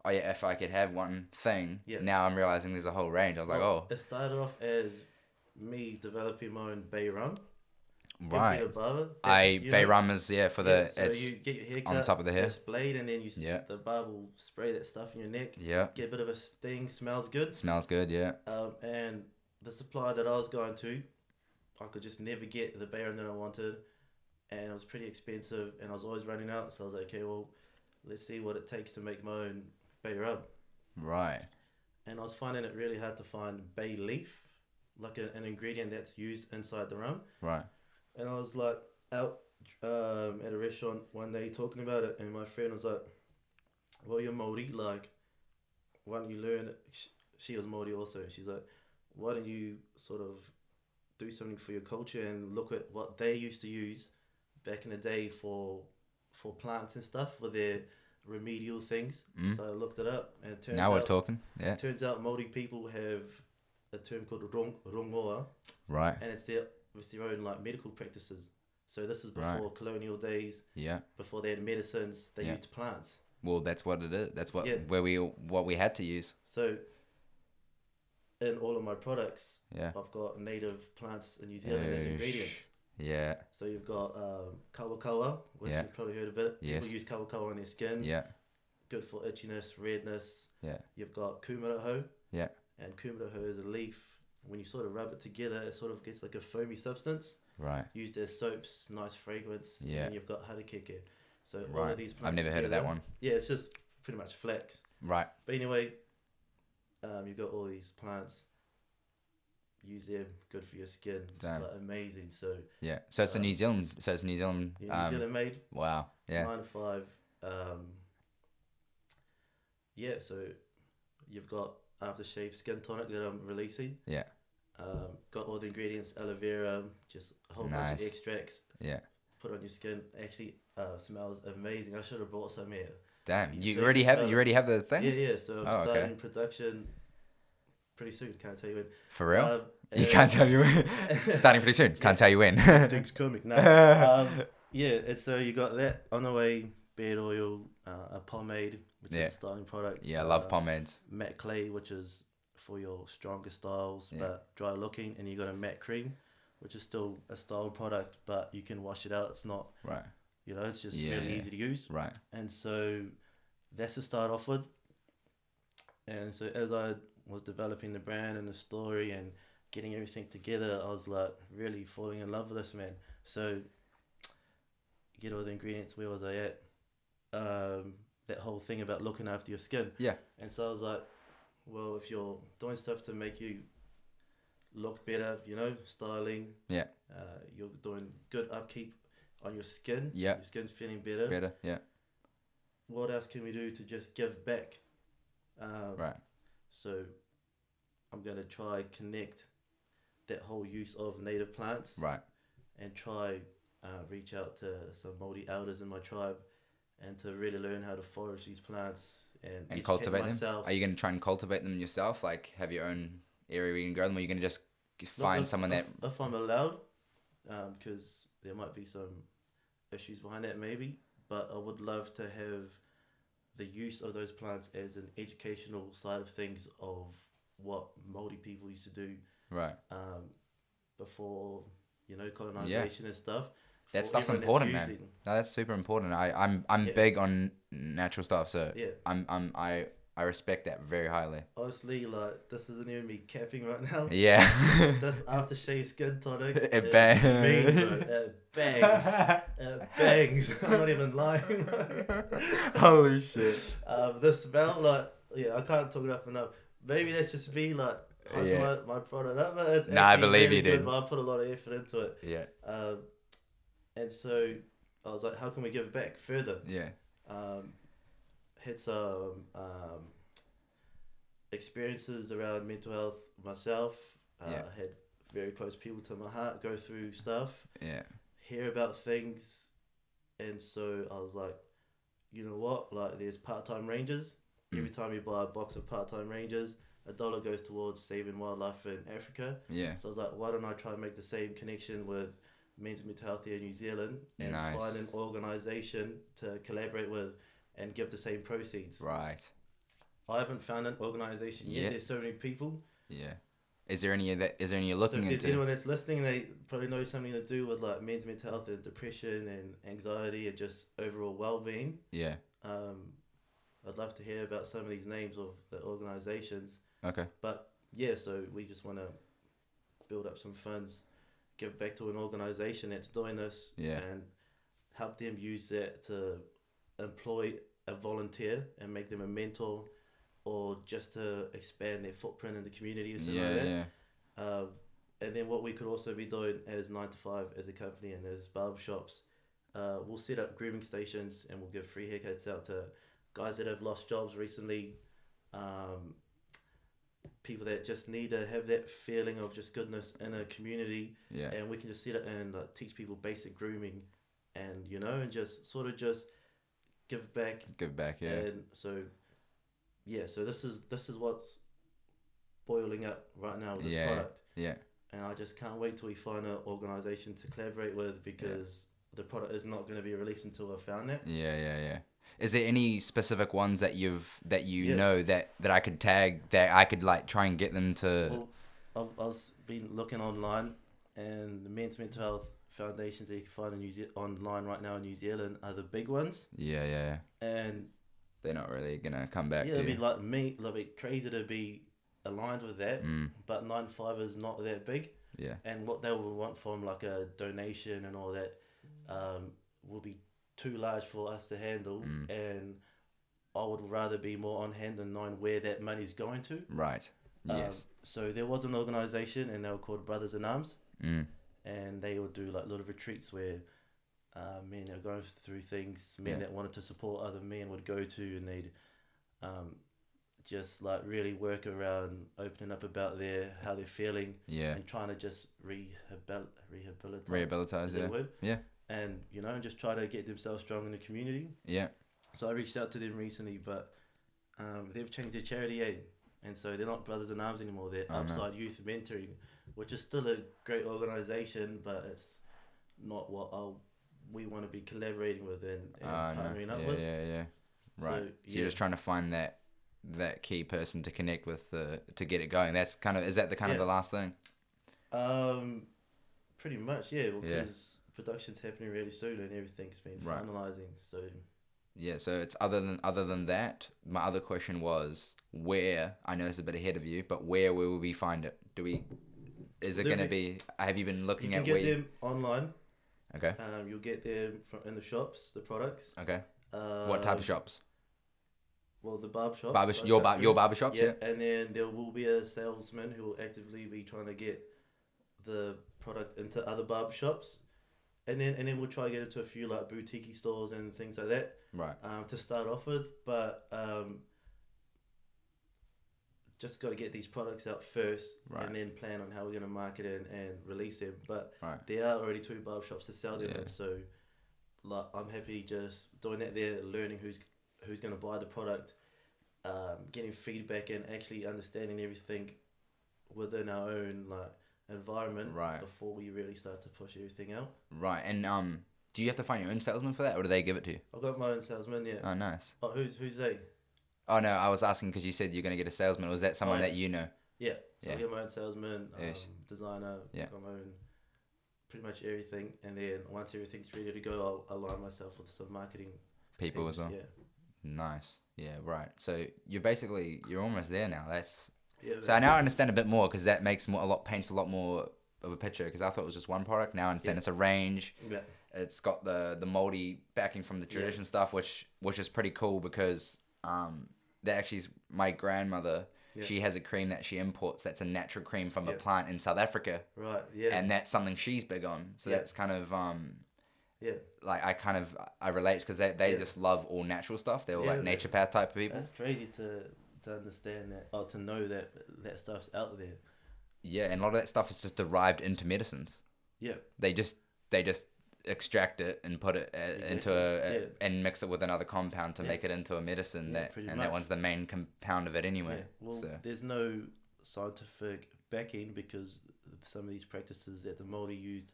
Speaker 1: oh yeah, if I could have one thing.
Speaker 2: Yeah.
Speaker 1: Now I'm realizing there's a whole range. I was like, oh,
Speaker 2: It started off as me developing my own bay rum.
Speaker 1: right. I bay rum is yeah for the
Speaker 2: so
Speaker 1: it's
Speaker 2: you get your hair
Speaker 1: on
Speaker 2: cut,
Speaker 1: top of the hair.
Speaker 2: it's blade, and then you s-
Speaker 1: Yeah.
Speaker 2: the barber will spray that stuff in your neck.
Speaker 1: yeah
Speaker 2: Get a bit of a sting. Smells good.
Speaker 1: smells good yeah
Speaker 2: Um, and the supplier that I was going to, I could just never get the Bayern that I wanted, and it was pretty expensive, and I was always running out. So I was like, okay, well, let's see what it takes to make my own bay rub.
Speaker 1: right
Speaker 2: And I was finding it really hard to find bay leaf, like a, an ingredient that's used inside the rum.
Speaker 1: right
Speaker 2: And I was like out um, at a restaurant one day talking about it, and my friend was like, "Well, you're Maori, like, why don't you learn?" Sh- She was Maori also, and she's like, "Why don't you sort of do something for your culture and look at what they used to use back in the day for for plants and stuff for their remedial things?"
Speaker 1: Mm.
Speaker 2: So I looked it up, and it turns
Speaker 1: now we're
Speaker 2: out
Speaker 1: talking yeah
Speaker 2: turns out Maori people have a term called rong rongoa
Speaker 1: right
Speaker 2: and it's their it's their own like medical practices. So this is
Speaker 1: Right.
Speaker 2: before colonial days,
Speaker 1: yeah
Speaker 2: before they had medicines, they
Speaker 1: Yeah.
Speaker 2: used plants.
Speaker 1: well that's what it is that's what
Speaker 2: Yeah.
Speaker 1: where we what we had to use
Speaker 2: So in all of my products,
Speaker 1: yeah
Speaker 2: I've got native plants in New Zealand as
Speaker 1: Ish.
Speaker 2: ingredients.
Speaker 1: yeah
Speaker 2: So you've got um, kawakawa, which
Speaker 1: Yeah.
Speaker 2: you've probably heard of it.
Speaker 1: Yes.
Speaker 2: People use kawakawa on their skin,
Speaker 1: yeah
Speaker 2: good for itchiness, redness.
Speaker 1: yeah
Speaker 2: You've got kumaraho,
Speaker 1: yeah
Speaker 2: and kumaraho is a leaf. When you sort of rub it together, it sort of gets like a foamy substance.
Speaker 1: right
Speaker 2: used as soaps, nice fragrance.
Speaker 1: Yeah.
Speaker 2: And then you've got harakeke. So all
Speaker 1: right
Speaker 2: of these
Speaker 1: I've
Speaker 2: plants.
Speaker 1: never heard of that
Speaker 2: together-
Speaker 1: one
Speaker 2: Yeah, it's just pretty much flex.
Speaker 1: right
Speaker 2: But anyway, um, you've got all these plants. Use them, good for your skin. Just
Speaker 1: Damn.
Speaker 2: like amazing. So
Speaker 1: yeah so it's a
Speaker 2: Um,
Speaker 1: New Zealand so it's New Zealand
Speaker 2: yeah, New
Speaker 1: um
Speaker 2: Zealand made
Speaker 1: wow yeah
Speaker 2: nine to five. Um, yeah, so you've got aftershave skin tonic that I'm releasing.
Speaker 1: Yeah.
Speaker 2: Um, got all the ingredients, aloe vera, just a whole bunch of
Speaker 1: Nice.
Speaker 2: extracts.
Speaker 1: yeah
Speaker 2: put on your skin actually uh, smells amazing. I should have brought some here.
Speaker 1: damn
Speaker 2: you
Speaker 1: you
Speaker 2: say
Speaker 1: already
Speaker 2: it's
Speaker 1: have
Speaker 2: so-
Speaker 1: you already have the thing
Speaker 2: Yeah, yeah. So I'm
Speaker 1: Oh, okay.
Speaker 2: starting production pretty soon. Can't tell you when.
Speaker 1: for real
Speaker 2: Um,
Speaker 1: you
Speaker 2: and-
Speaker 1: can't tell you when starting pretty soon can't tell you when
Speaker 2: Things comic. No. Um, yeah. And so you got that on the way. Beard oil, uh, a pomade, which
Speaker 1: Yeah.
Speaker 2: is a styling product.
Speaker 1: yeah I
Speaker 2: uh,
Speaker 1: love pomades
Speaker 2: Matte clay, which is for your stronger styles
Speaker 1: Yeah.
Speaker 2: but dry looking, and you got a matte cream, which is still a style product, but you can wash it out. It's not
Speaker 1: right
Speaker 2: You know, it's just
Speaker 1: Yeah,
Speaker 2: really
Speaker 1: yeah.
Speaker 2: easy to use.
Speaker 1: Right.
Speaker 2: And so that's to start off with. And so as I was developing the brand and the story and getting everything together, I was like really falling in love with this man. So get all the ingredients, where was I at? Um, that whole thing about looking after your skin.
Speaker 1: Yeah.
Speaker 2: And so I was like, well, if you're doing stuff to make you look better, you know, styling.
Speaker 1: Yeah.
Speaker 2: Uh, you're doing good upkeep on your skin.
Speaker 1: Yeah.
Speaker 2: Your skin's feeling better
Speaker 1: Better. Yeah.
Speaker 2: what else can we do to just give back? Um,
Speaker 1: Right.
Speaker 2: So I'm going to try connect that whole use of native plants
Speaker 1: Right.
Speaker 2: and try uh, reach out to some Māori elders in my tribe and to really learn how to forage these plants and,
Speaker 1: And
Speaker 2: educate
Speaker 1: cultivate
Speaker 2: myself.
Speaker 1: them. Are you going to try and cultivate them yourself? Like, have your own area where you can grow them, or you going to just g-
Speaker 2: Look,
Speaker 1: find
Speaker 2: if-
Speaker 1: someone that?
Speaker 2: if, if I'm allowed, because there might be some issues behind that maybe, but I would love to have the use of those plants as an educational side of things of what Maori people used to do
Speaker 1: Right.
Speaker 2: um, before you know colonization and stuff.
Speaker 1: That
Speaker 2: for
Speaker 1: stuff's
Speaker 2: everyone that's
Speaker 1: important, man.
Speaker 2: using-
Speaker 1: No, that's super important. I, I'm I'm
Speaker 2: Yeah.
Speaker 1: big on natural stuff, so
Speaker 2: Yeah,
Speaker 1: I'm I'm I I respect that very highly.
Speaker 2: honestly, like this isn't even me capping right now.
Speaker 1: Yeah.
Speaker 2: This aftershave skin tonic,
Speaker 1: It
Speaker 2: is
Speaker 1: bangs.
Speaker 2: mean, bro. It bangs. It Uh, bangs. I'm not even lying.
Speaker 1: Holy shit.
Speaker 2: um, the smell, like, yeah, I can't talk it up enough. Maybe that's just me, like, hyping
Speaker 1: Yeah.
Speaker 2: my, my product up. But it's
Speaker 1: Nah, I
Speaker 2: actually
Speaker 1: believe
Speaker 2: very
Speaker 1: you,
Speaker 2: good,
Speaker 1: dude.
Speaker 2: but I put a lot of effort into it.
Speaker 1: Yeah.
Speaker 2: Um, and so I was like, how can we give back further?
Speaker 1: Yeah.
Speaker 2: Um, had some um, experiences around mental health myself. Uh,
Speaker 1: Yeah.
Speaker 2: Had very close people to my heart go through stuff
Speaker 1: Yeah.
Speaker 2: hear about things and so I was like, you know what? Like there's part time rangers.
Speaker 1: Mm.
Speaker 2: Every time you buy a box of part time rangers, a dollar goes towards saving wildlife in Africa.
Speaker 1: Yeah.
Speaker 2: So I was like, why don't I try and make the same connection with Men's Mental Health here in New Zealand and
Speaker 1: Nice.
Speaker 2: find an organization to collaborate with and give the same proceeds.
Speaker 1: Right.
Speaker 2: I haven't found an organization yet.
Speaker 1: Yeah.
Speaker 2: There's so many people.
Speaker 1: Yeah. Is there any that is there any you're
Speaker 2: So if
Speaker 1: looking
Speaker 2: there's
Speaker 1: into?
Speaker 2: anyone that's listening, they probably know something to do with like men's mental health and depression and anxiety and just overall well being.
Speaker 1: Yeah.
Speaker 2: Um, I'd love to hear about some of these names of the organisations.
Speaker 1: Okay.
Speaker 2: But yeah, so we just want to build up some funds, give back to an organisation that's doing this,
Speaker 1: Yeah.
Speaker 2: and help them use that to employ a volunteer and make them a mentor, or just to expand their footprint in the community or something
Speaker 1: Yeah.
Speaker 2: like that.
Speaker 1: Yeah.
Speaker 2: Um, and then what we could also be doing as nine to five as a company and as barbershops, uh, we'll set up grooming stations and we'll give free haircuts out to guys that have lost jobs recently, um, people that just need to have that feeling of just goodness in a community,
Speaker 1: Yeah.
Speaker 2: and we can just set it and like, teach people basic grooming, and you know, and just sort of just give back
Speaker 1: Give back. Yeah.
Speaker 2: and so, yeah. So this is this is what's boiling up right now with this
Speaker 1: Yeah.
Speaker 2: product,
Speaker 1: yeah.
Speaker 2: and I just can't wait till we find an organization to collaborate with because the product is not going to be released until I found it.
Speaker 1: Yeah. Yeah. Yeah. Is there any specific ones that you've that you
Speaker 2: Yeah.
Speaker 1: know that that I could tag that I could like try and get them to?
Speaker 2: Well, I've I've been looking online, and the men's mental health foundations that you can find in New Ze- online right now in New Zealand are the big ones,
Speaker 1: yeah. Yeah. yeah.
Speaker 2: and
Speaker 1: They're not really gonna come back
Speaker 2: yeah,
Speaker 1: to
Speaker 2: it'd be
Speaker 1: you.
Speaker 2: like me, it'd be crazy to be aligned with that.
Speaker 1: Mm,
Speaker 2: But nine five is not that big.
Speaker 1: yeah.
Speaker 2: and what they would want from like a donation and all that um, will be too large for us to handle
Speaker 1: Mm.
Speaker 2: and I would rather be more on hand than knowing where that money's going to.
Speaker 1: Right.
Speaker 2: Um,
Speaker 1: Yes.
Speaker 2: so there was an organisation and they were called Brothers in Arms
Speaker 1: Mm.
Speaker 2: and they would do like little retreats where uh, men are going through things, men
Speaker 1: Yeah.
Speaker 2: that wanted to support other men would go to and they'd um, just like really work around opening up about their how they're feeling
Speaker 1: Yeah.
Speaker 2: and trying to just rehabil- rehabilitate.
Speaker 1: Rehabilitize.
Speaker 2: is that
Speaker 1: Yeah.
Speaker 2: a word?
Speaker 1: Yeah.
Speaker 2: And you know, and just try to get themselves strong in the community.
Speaker 1: Yeah.
Speaker 2: So I reached out to them recently, but um, they've changed their charity aid, and so they're not brothers in arms anymore. They're
Speaker 1: Oh, no.
Speaker 2: Upside Youth Mentoring, which is still a great organization, but it's not what i we want to be collaborating with and, and
Speaker 1: Ah, no.
Speaker 2: partnering up
Speaker 1: yeah,
Speaker 2: with.
Speaker 1: yeah. Yeah. Right.
Speaker 2: So,
Speaker 1: So you're
Speaker 2: yeah.
Speaker 1: just trying to find that that key person to connect with uh, to get it going. That's kind of is that the kind of
Speaker 2: Yeah.
Speaker 1: the last thing?
Speaker 2: Um, pretty much, yeah. Because production's happening really soon and everything's been
Speaker 1: Right.
Speaker 2: finalizing soon.
Speaker 1: Yeah, so it's other than other than that. My other question was where I know it's a bit ahead of you, but where will we find it? Do we? Is it
Speaker 2: There
Speaker 1: going to
Speaker 2: we-
Speaker 1: be? Have you been
Speaker 2: You
Speaker 1: looking
Speaker 2: can
Speaker 1: at
Speaker 2: get
Speaker 1: we?
Speaker 2: them online.
Speaker 1: Okay,
Speaker 2: Um, you'll get them from in the shops, the products.
Speaker 1: okay.
Speaker 2: Um,
Speaker 1: What type of shops?
Speaker 2: Well, the barb shops.
Speaker 1: Barber,
Speaker 2: I
Speaker 1: your
Speaker 2: cut
Speaker 1: bar, your
Speaker 2: through.
Speaker 1: barber shops. Yeah.
Speaker 2: and then there will be a salesman who will actively be trying to get the product into other barb shops, and then and then we'll try to get it to a few like boutique stores and things like that
Speaker 1: Right.
Speaker 2: um, to start off with. But um, just got to get these products out first,
Speaker 1: Right.
Speaker 2: and then plan on how we're gonna market it and, and release them. But
Speaker 1: Right.
Speaker 2: there are already two barb shops to sell them
Speaker 1: Yeah.
Speaker 2: in, so like I'm happy just doing that there, learning who's who's gonna buy the product, um, getting feedback and actually understanding everything within our own like environment
Speaker 1: Right.
Speaker 2: before we really start to push everything out.
Speaker 1: Right. And um, do you have to find your own salesman for that, or do they give it to you?
Speaker 2: I've got my own salesman, yeah.
Speaker 1: Oh, nice.
Speaker 2: oh, who's who's they?
Speaker 1: Oh no, I was asking because you said you're going to get a salesman. Was that someone
Speaker 2: yeah.
Speaker 1: that you know?
Speaker 2: Yeah. So
Speaker 1: Yeah.
Speaker 2: I get my own salesman, um,
Speaker 1: Yes.
Speaker 2: designer,
Speaker 1: Yeah.
Speaker 2: got my own pretty much everything and then once everything's ready to go I'll align myself with some marketing
Speaker 1: People as
Speaker 2: things,
Speaker 1: well.
Speaker 2: Yeah.
Speaker 1: Nice. Yeah. Right. So you're basically you're almost there now. That's
Speaker 2: Yeah.
Speaker 1: So I now understand a bit more because that makes more a lot paints a lot more of a picture because I thought it was just one product. Now I understand
Speaker 2: Yeah.
Speaker 1: it's a range.
Speaker 2: yeah.
Speaker 1: It's got the the moldy backing from the
Speaker 2: Yeah.
Speaker 1: tradition stuff, which which is pretty cool because um that actually is my grandmother.
Speaker 2: Yeah.
Speaker 1: She has a cream that she imports that's a natural cream from a
Speaker 2: Yeah.
Speaker 1: plant in South Africa,
Speaker 2: Right, yeah.
Speaker 1: and that's something she's big on. So
Speaker 2: Yeah.
Speaker 1: that's kind of um
Speaker 2: yeah.
Speaker 1: like I kind of I relate because they, they
Speaker 2: Yeah.
Speaker 1: just love all natural stuff. They're all like
Speaker 2: Yeah.
Speaker 1: naturopath type of people.
Speaker 2: That's crazy to to understand that or to know that that stuff's out there.
Speaker 1: yeah, and a lot of that stuff is just derived into medicines.
Speaker 2: Yeah,
Speaker 1: they just they just extract it and put it uh, into a,
Speaker 2: Exactly, yeah.
Speaker 1: and mix it with another compound to
Speaker 2: Yeah.
Speaker 1: make it into a medicine
Speaker 2: Yeah,
Speaker 1: that and
Speaker 2: pretty
Speaker 1: that
Speaker 2: much.
Speaker 1: one's the main compound of it anyway.
Speaker 2: yeah. Well,
Speaker 1: so
Speaker 2: there's no scientific backing because some of these practices that the Maori used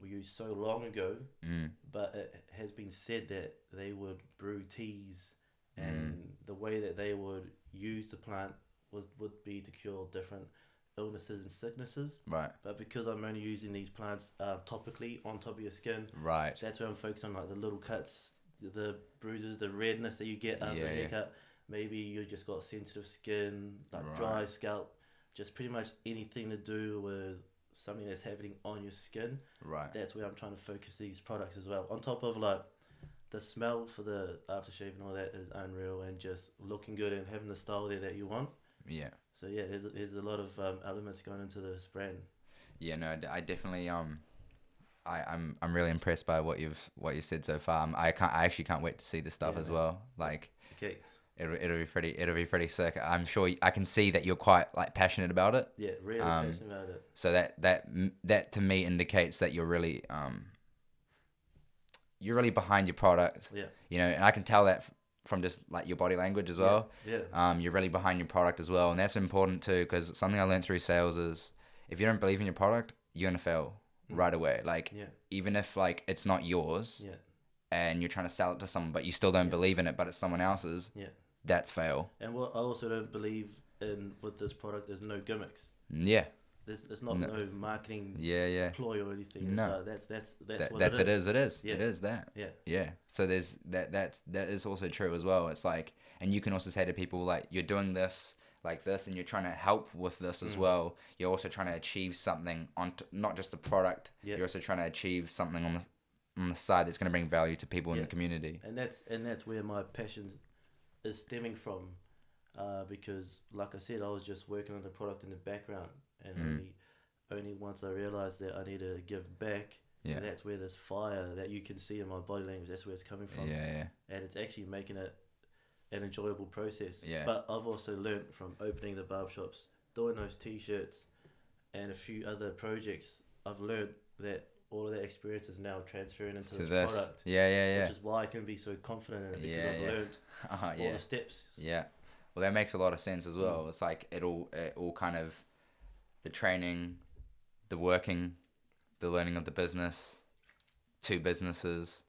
Speaker 2: were used so long ago,
Speaker 1: mm,
Speaker 2: but it has been said that they would brew teas, and
Speaker 1: Mm.
Speaker 2: the way that they would use the plant was would be to cure different illnesses and sicknesses.
Speaker 1: right,
Speaker 2: But because I'm only using these plants uh, topically on top of your skin,
Speaker 1: right,
Speaker 2: That's where I'm focused on like the little cuts, the bruises, the redness that you get after
Speaker 1: Yeah,
Speaker 2: a
Speaker 1: yeah.
Speaker 2: haircut. Maybe you just got sensitive skin, like
Speaker 1: Right.
Speaker 2: dry scalp, just pretty much anything to do with something that's happening on your skin.
Speaker 1: right.
Speaker 2: That's where I'm trying to focus these products as well. On top of like the smell for the aftershave and all that is unreal, and just looking good and having the style there that you want.
Speaker 1: yeah,
Speaker 2: So yeah, there's, there's a lot of um, elements going into this brand.
Speaker 1: yeah. No, I d- I definitely um, I I'm I'm really impressed by what you've what you've said so far. Um, I can't I actually can't wait to see this stuff
Speaker 2: Yeah,
Speaker 1: as
Speaker 2: man.
Speaker 1: well. Like
Speaker 2: Okay,
Speaker 1: it'll it'll be pretty it'll be pretty sick. I'm sure y- I can see that you're quite like passionate about it.
Speaker 2: yeah, really
Speaker 1: Um,
Speaker 2: passionate about it.
Speaker 1: So that that that to me indicates that you're really um, you're really behind your product.
Speaker 2: Yeah.
Speaker 1: You know, and I can tell that f- from just like your body language as well.
Speaker 2: Yeah,
Speaker 1: Um, you're really behind your product as well, and that's important too because something I learned through sales is if you don't believe in your product, you're gonna fail right away. Like
Speaker 2: Mm. yeah,
Speaker 1: even if like it's not yours
Speaker 2: yeah,
Speaker 1: and you're trying to sell it to someone, but you still don't believe in it, but it's someone else's,
Speaker 2: yeah.
Speaker 1: that's fail.
Speaker 2: And what I also don't believe in with this product is no gimmicks.
Speaker 1: Yeah.
Speaker 2: There's it's not
Speaker 1: No.
Speaker 2: no, marketing
Speaker 1: Yeah. Yeah.
Speaker 2: ploy or anything. It's
Speaker 1: No.
Speaker 2: like, that's that's that's
Speaker 1: That,
Speaker 2: what
Speaker 1: that's
Speaker 2: it is.
Speaker 1: It is.
Speaker 2: Yeah.
Speaker 1: It is that.
Speaker 2: Yeah,
Speaker 1: Yeah. So there's that that's that is also true as well. It's like and you can also say to people like you're doing this like this and you're trying to help with this
Speaker 2: Mm.
Speaker 1: as well. You're also trying to achieve something on t- not just the product.
Speaker 2: Yeah.
Speaker 1: You're also trying to achieve something on the on the side that's going to bring value to people in
Speaker 2: Yeah.
Speaker 1: the community.
Speaker 2: and that's and that's where my passion is stemming from, uh, because like I said, I was just working on the product in the background, and
Speaker 1: Mm.
Speaker 2: only only once I realized that I need to give back.
Speaker 1: Yeah.
Speaker 2: That's where this fire that you can see in my body language. That's where it's coming
Speaker 1: Yeah,
Speaker 2: from.
Speaker 1: yeah.
Speaker 2: and it's actually making it an enjoyable process.
Speaker 1: Yeah.
Speaker 2: But I've also learnt from opening the barb shops, doing those t-shirts, and a few other projects. I've learnt that all of that experience is now transferring into
Speaker 1: To
Speaker 2: this,
Speaker 1: this.
Speaker 2: product,
Speaker 1: Yeah, yeah,
Speaker 2: which is why I can be so confident in it because
Speaker 1: Yeah,
Speaker 2: I've
Speaker 1: yeah.
Speaker 2: learnt
Speaker 1: yeah. Uh,
Speaker 2: all
Speaker 1: yeah.
Speaker 2: the steps.
Speaker 1: Yeah. Well, that makes a lot of sense as
Speaker 2: Mm.
Speaker 1: well. It's like it all it all kind of the training, the working, the learning of the business, two businesses,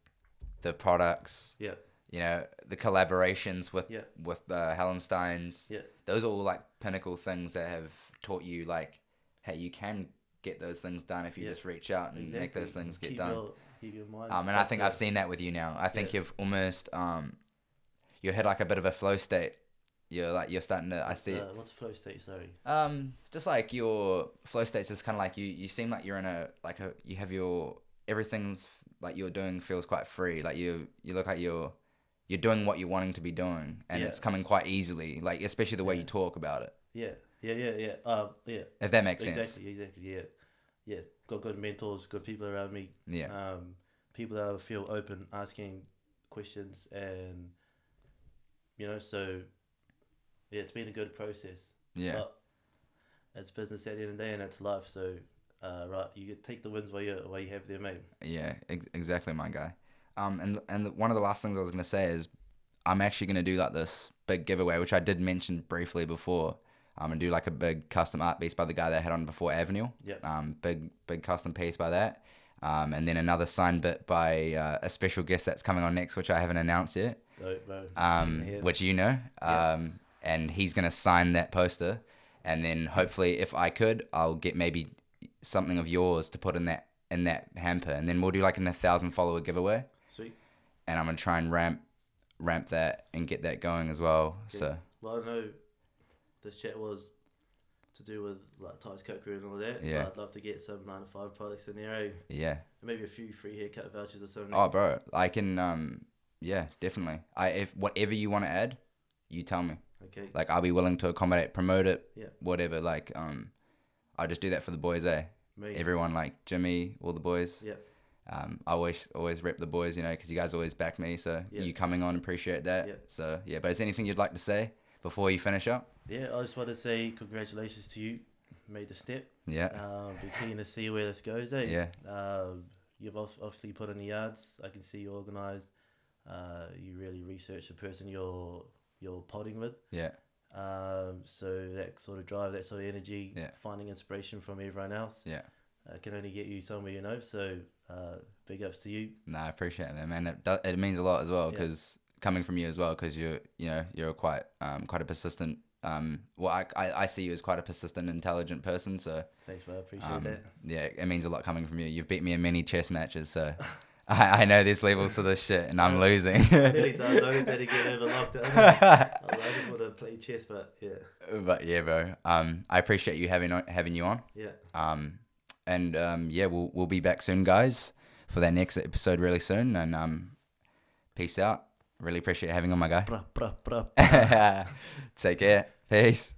Speaker 1: the products,
Speaker 2: Yeah,
Speaker 1: you know, the collaborations with
Speaker 2: Yeah.
Speaker 1: with uh, Helen Steins.
Speaker 2: Yeah.
Speaker 1: Those are all like pinnacle things that have taught you like hey, you can get those things done if you
Speaker 2: Yeah.
Speaker 1: just reach out and make those things get
Speaker 2: keep
Speaker 1: done.
Speaker 2: Your, keep your mind.
Speaker 1: Um, and I
Speaker 2: stuck
Speaker 1: think
Speaker 2: to
Speaker 1: I've
Speaker 2: it.
Speaker 1: seen that with you now. I think
Speaker 2: Yeah.
Speaker 1: you've almost um, you hit like a bit of a flow state. You're like you're starting to. I
Speaker 2: What's,
Speaker 1: see. it.
Speaker 2: Uh, what's flow state? Sorry.
Speaker 1: Um, just like your flow states is kind of like you. You seem like you're in a like a. You have your everything's like you're doing feels quite free. Like you you look like you're you're doing what you're wanting to be doing, and
Speaker 2: Yeah.
Speaker 1: it's coming quite easily. Like especially the way you
Speaker 2: Yeah.
Speaker 1: talk about it.
Speaker 2: Yeah. Yeah. Yeah. Yeah. Uh, yeah.
Speaker 1: If that makes
Speaker 2: exactly.
Speaker 1: sense.
Speaker 2: Exactly. Yeah. Yeah. Got good mentors. Good people around me.
Speaker 1: Yeah.
Speaker 2: Um, people that I feel open asking questions and you know so. Yeah, it's been a good process.
Speaker 1: yeah.
Speaker 2: But it's business at the end of the day and it's life. So, uh, right, you could take the wins while you while you have them, mate.
Speaker 1: Yeah, ex- exactly, my guy. Um, and and one of the last things I was gonna say is, I'm actually gonna do like this big giveaway, which I did mention briefly before. Um, and do like a big custom art piece by the guy that I had on before Avenue.
Speaker 2: Yep.
Speaker 1: Um, big big custom piece by that. Um, and then another signed bit by uh, a special guest that's coming on next, which I haven't announced yet.
Speaker 2: Dope, bro.
Speaker 1: Um,
Speaker 2: Yeah.
Speaker 1: which you know.
Speaker 2: Yeah.
Speaker 1: Um, and he's gonna sign that poster, and then hopefully, if I could, I'll get maybe something of yours to put in that in that hamper, and then we'll do like an a thousand follower giveaway,
Speaker 2: Sweet.
Speaker 1: and I'm gonna try and ramp ramp that and get that going as well.
Speaker 2: Okay.
Speaker 1: So
Speaker 2: Well, I know this chat was to do with like Ty's Coke Crew and all that. but
Speaker 1: Yeah.
Speaker 2: I'd love to get some 9 to 5 products in there, eh? And
Speaker 1: yeah.
Speaker 2: Maybe a few free haircut vouchers or something.
Speaker 1: Oh, bro, I can. Um, yeah, definitely. I if whatever you want to add, you tell me.
Speaker 2: Okay.
Speaker 1: Like I'll be willing to accommodate, promote it,
Speaker 2: Yeah.
Speaker 1: whatever. Like um, I'll just do that for the boys, eh?
Speaker 2: Me.
Speaker 1: Everyone like Jimmy, all the boys.
Speaker 2: yeah.
Speaker 1: Um, I always always rep the boys, you know, because you guys always back me. So
Speaker 2: Yeah.
Speaker 1: you coming on, appreciate that.
Speaker 2: Yeah.
Speaker 1: So yeah, but is there anything you'd like to say before you finish up?
Speaker 2: Yeah, I just want to say congratulations to you. Made the step.
Speaker 1: Yeah,
Speaker 2: Um, be keen to see where this goes, eh?
Speaker 1: yeah,
Speaker 2: Um, you've obv- obviously put in the yards. I can see you organised. Uh, you really research the person you're you're potting with.
Speaker 1: yeah,
Speaker 2: Um, so that sort of drive, that sort of energy,
Speaker 1: Yeah.
Speaker 2: finding inspiration from everyone else
Speaker 1: yeah.
Speaker 2: uh, can only get you somewhere, you know. So uh, big ups to you.
Speaker 1: No, I appreciate that, man. It, do, it means a lot as well
Speaker 2: Yeah.
Speaker 1: because coming from you as well, because you're you know you're quite um quite a persistent um well I, I I see you as quite a persistent, intelligent person. So
Speaker 2: Thanks, man. I appreciate
Speaker 1: um,
Speaker 2: that.
Speaker 1: yeah, it means a lot coming from you. You've beat me in many chess matches, so. I, I know there's levels to this shit, and I'm
Speaker 2: Yeah.
Speaker 1: losing.
Speaker 2: really does. I don't think they get over lockdown. I just want to play chess, but yeah,
Speaker 1: but yeah, bro. Um, I appreciate you having on, having you on.
Speaker 2: yeah.
Speaker 1: Um, and um, yeah, we'll we'll be back soon, guys, for that next episode really soon. And um, peace out. Really appreciate having on my
Speaker 2: Bruh, bruh, bruh.
Speaker 1: guy. Take care. Peace.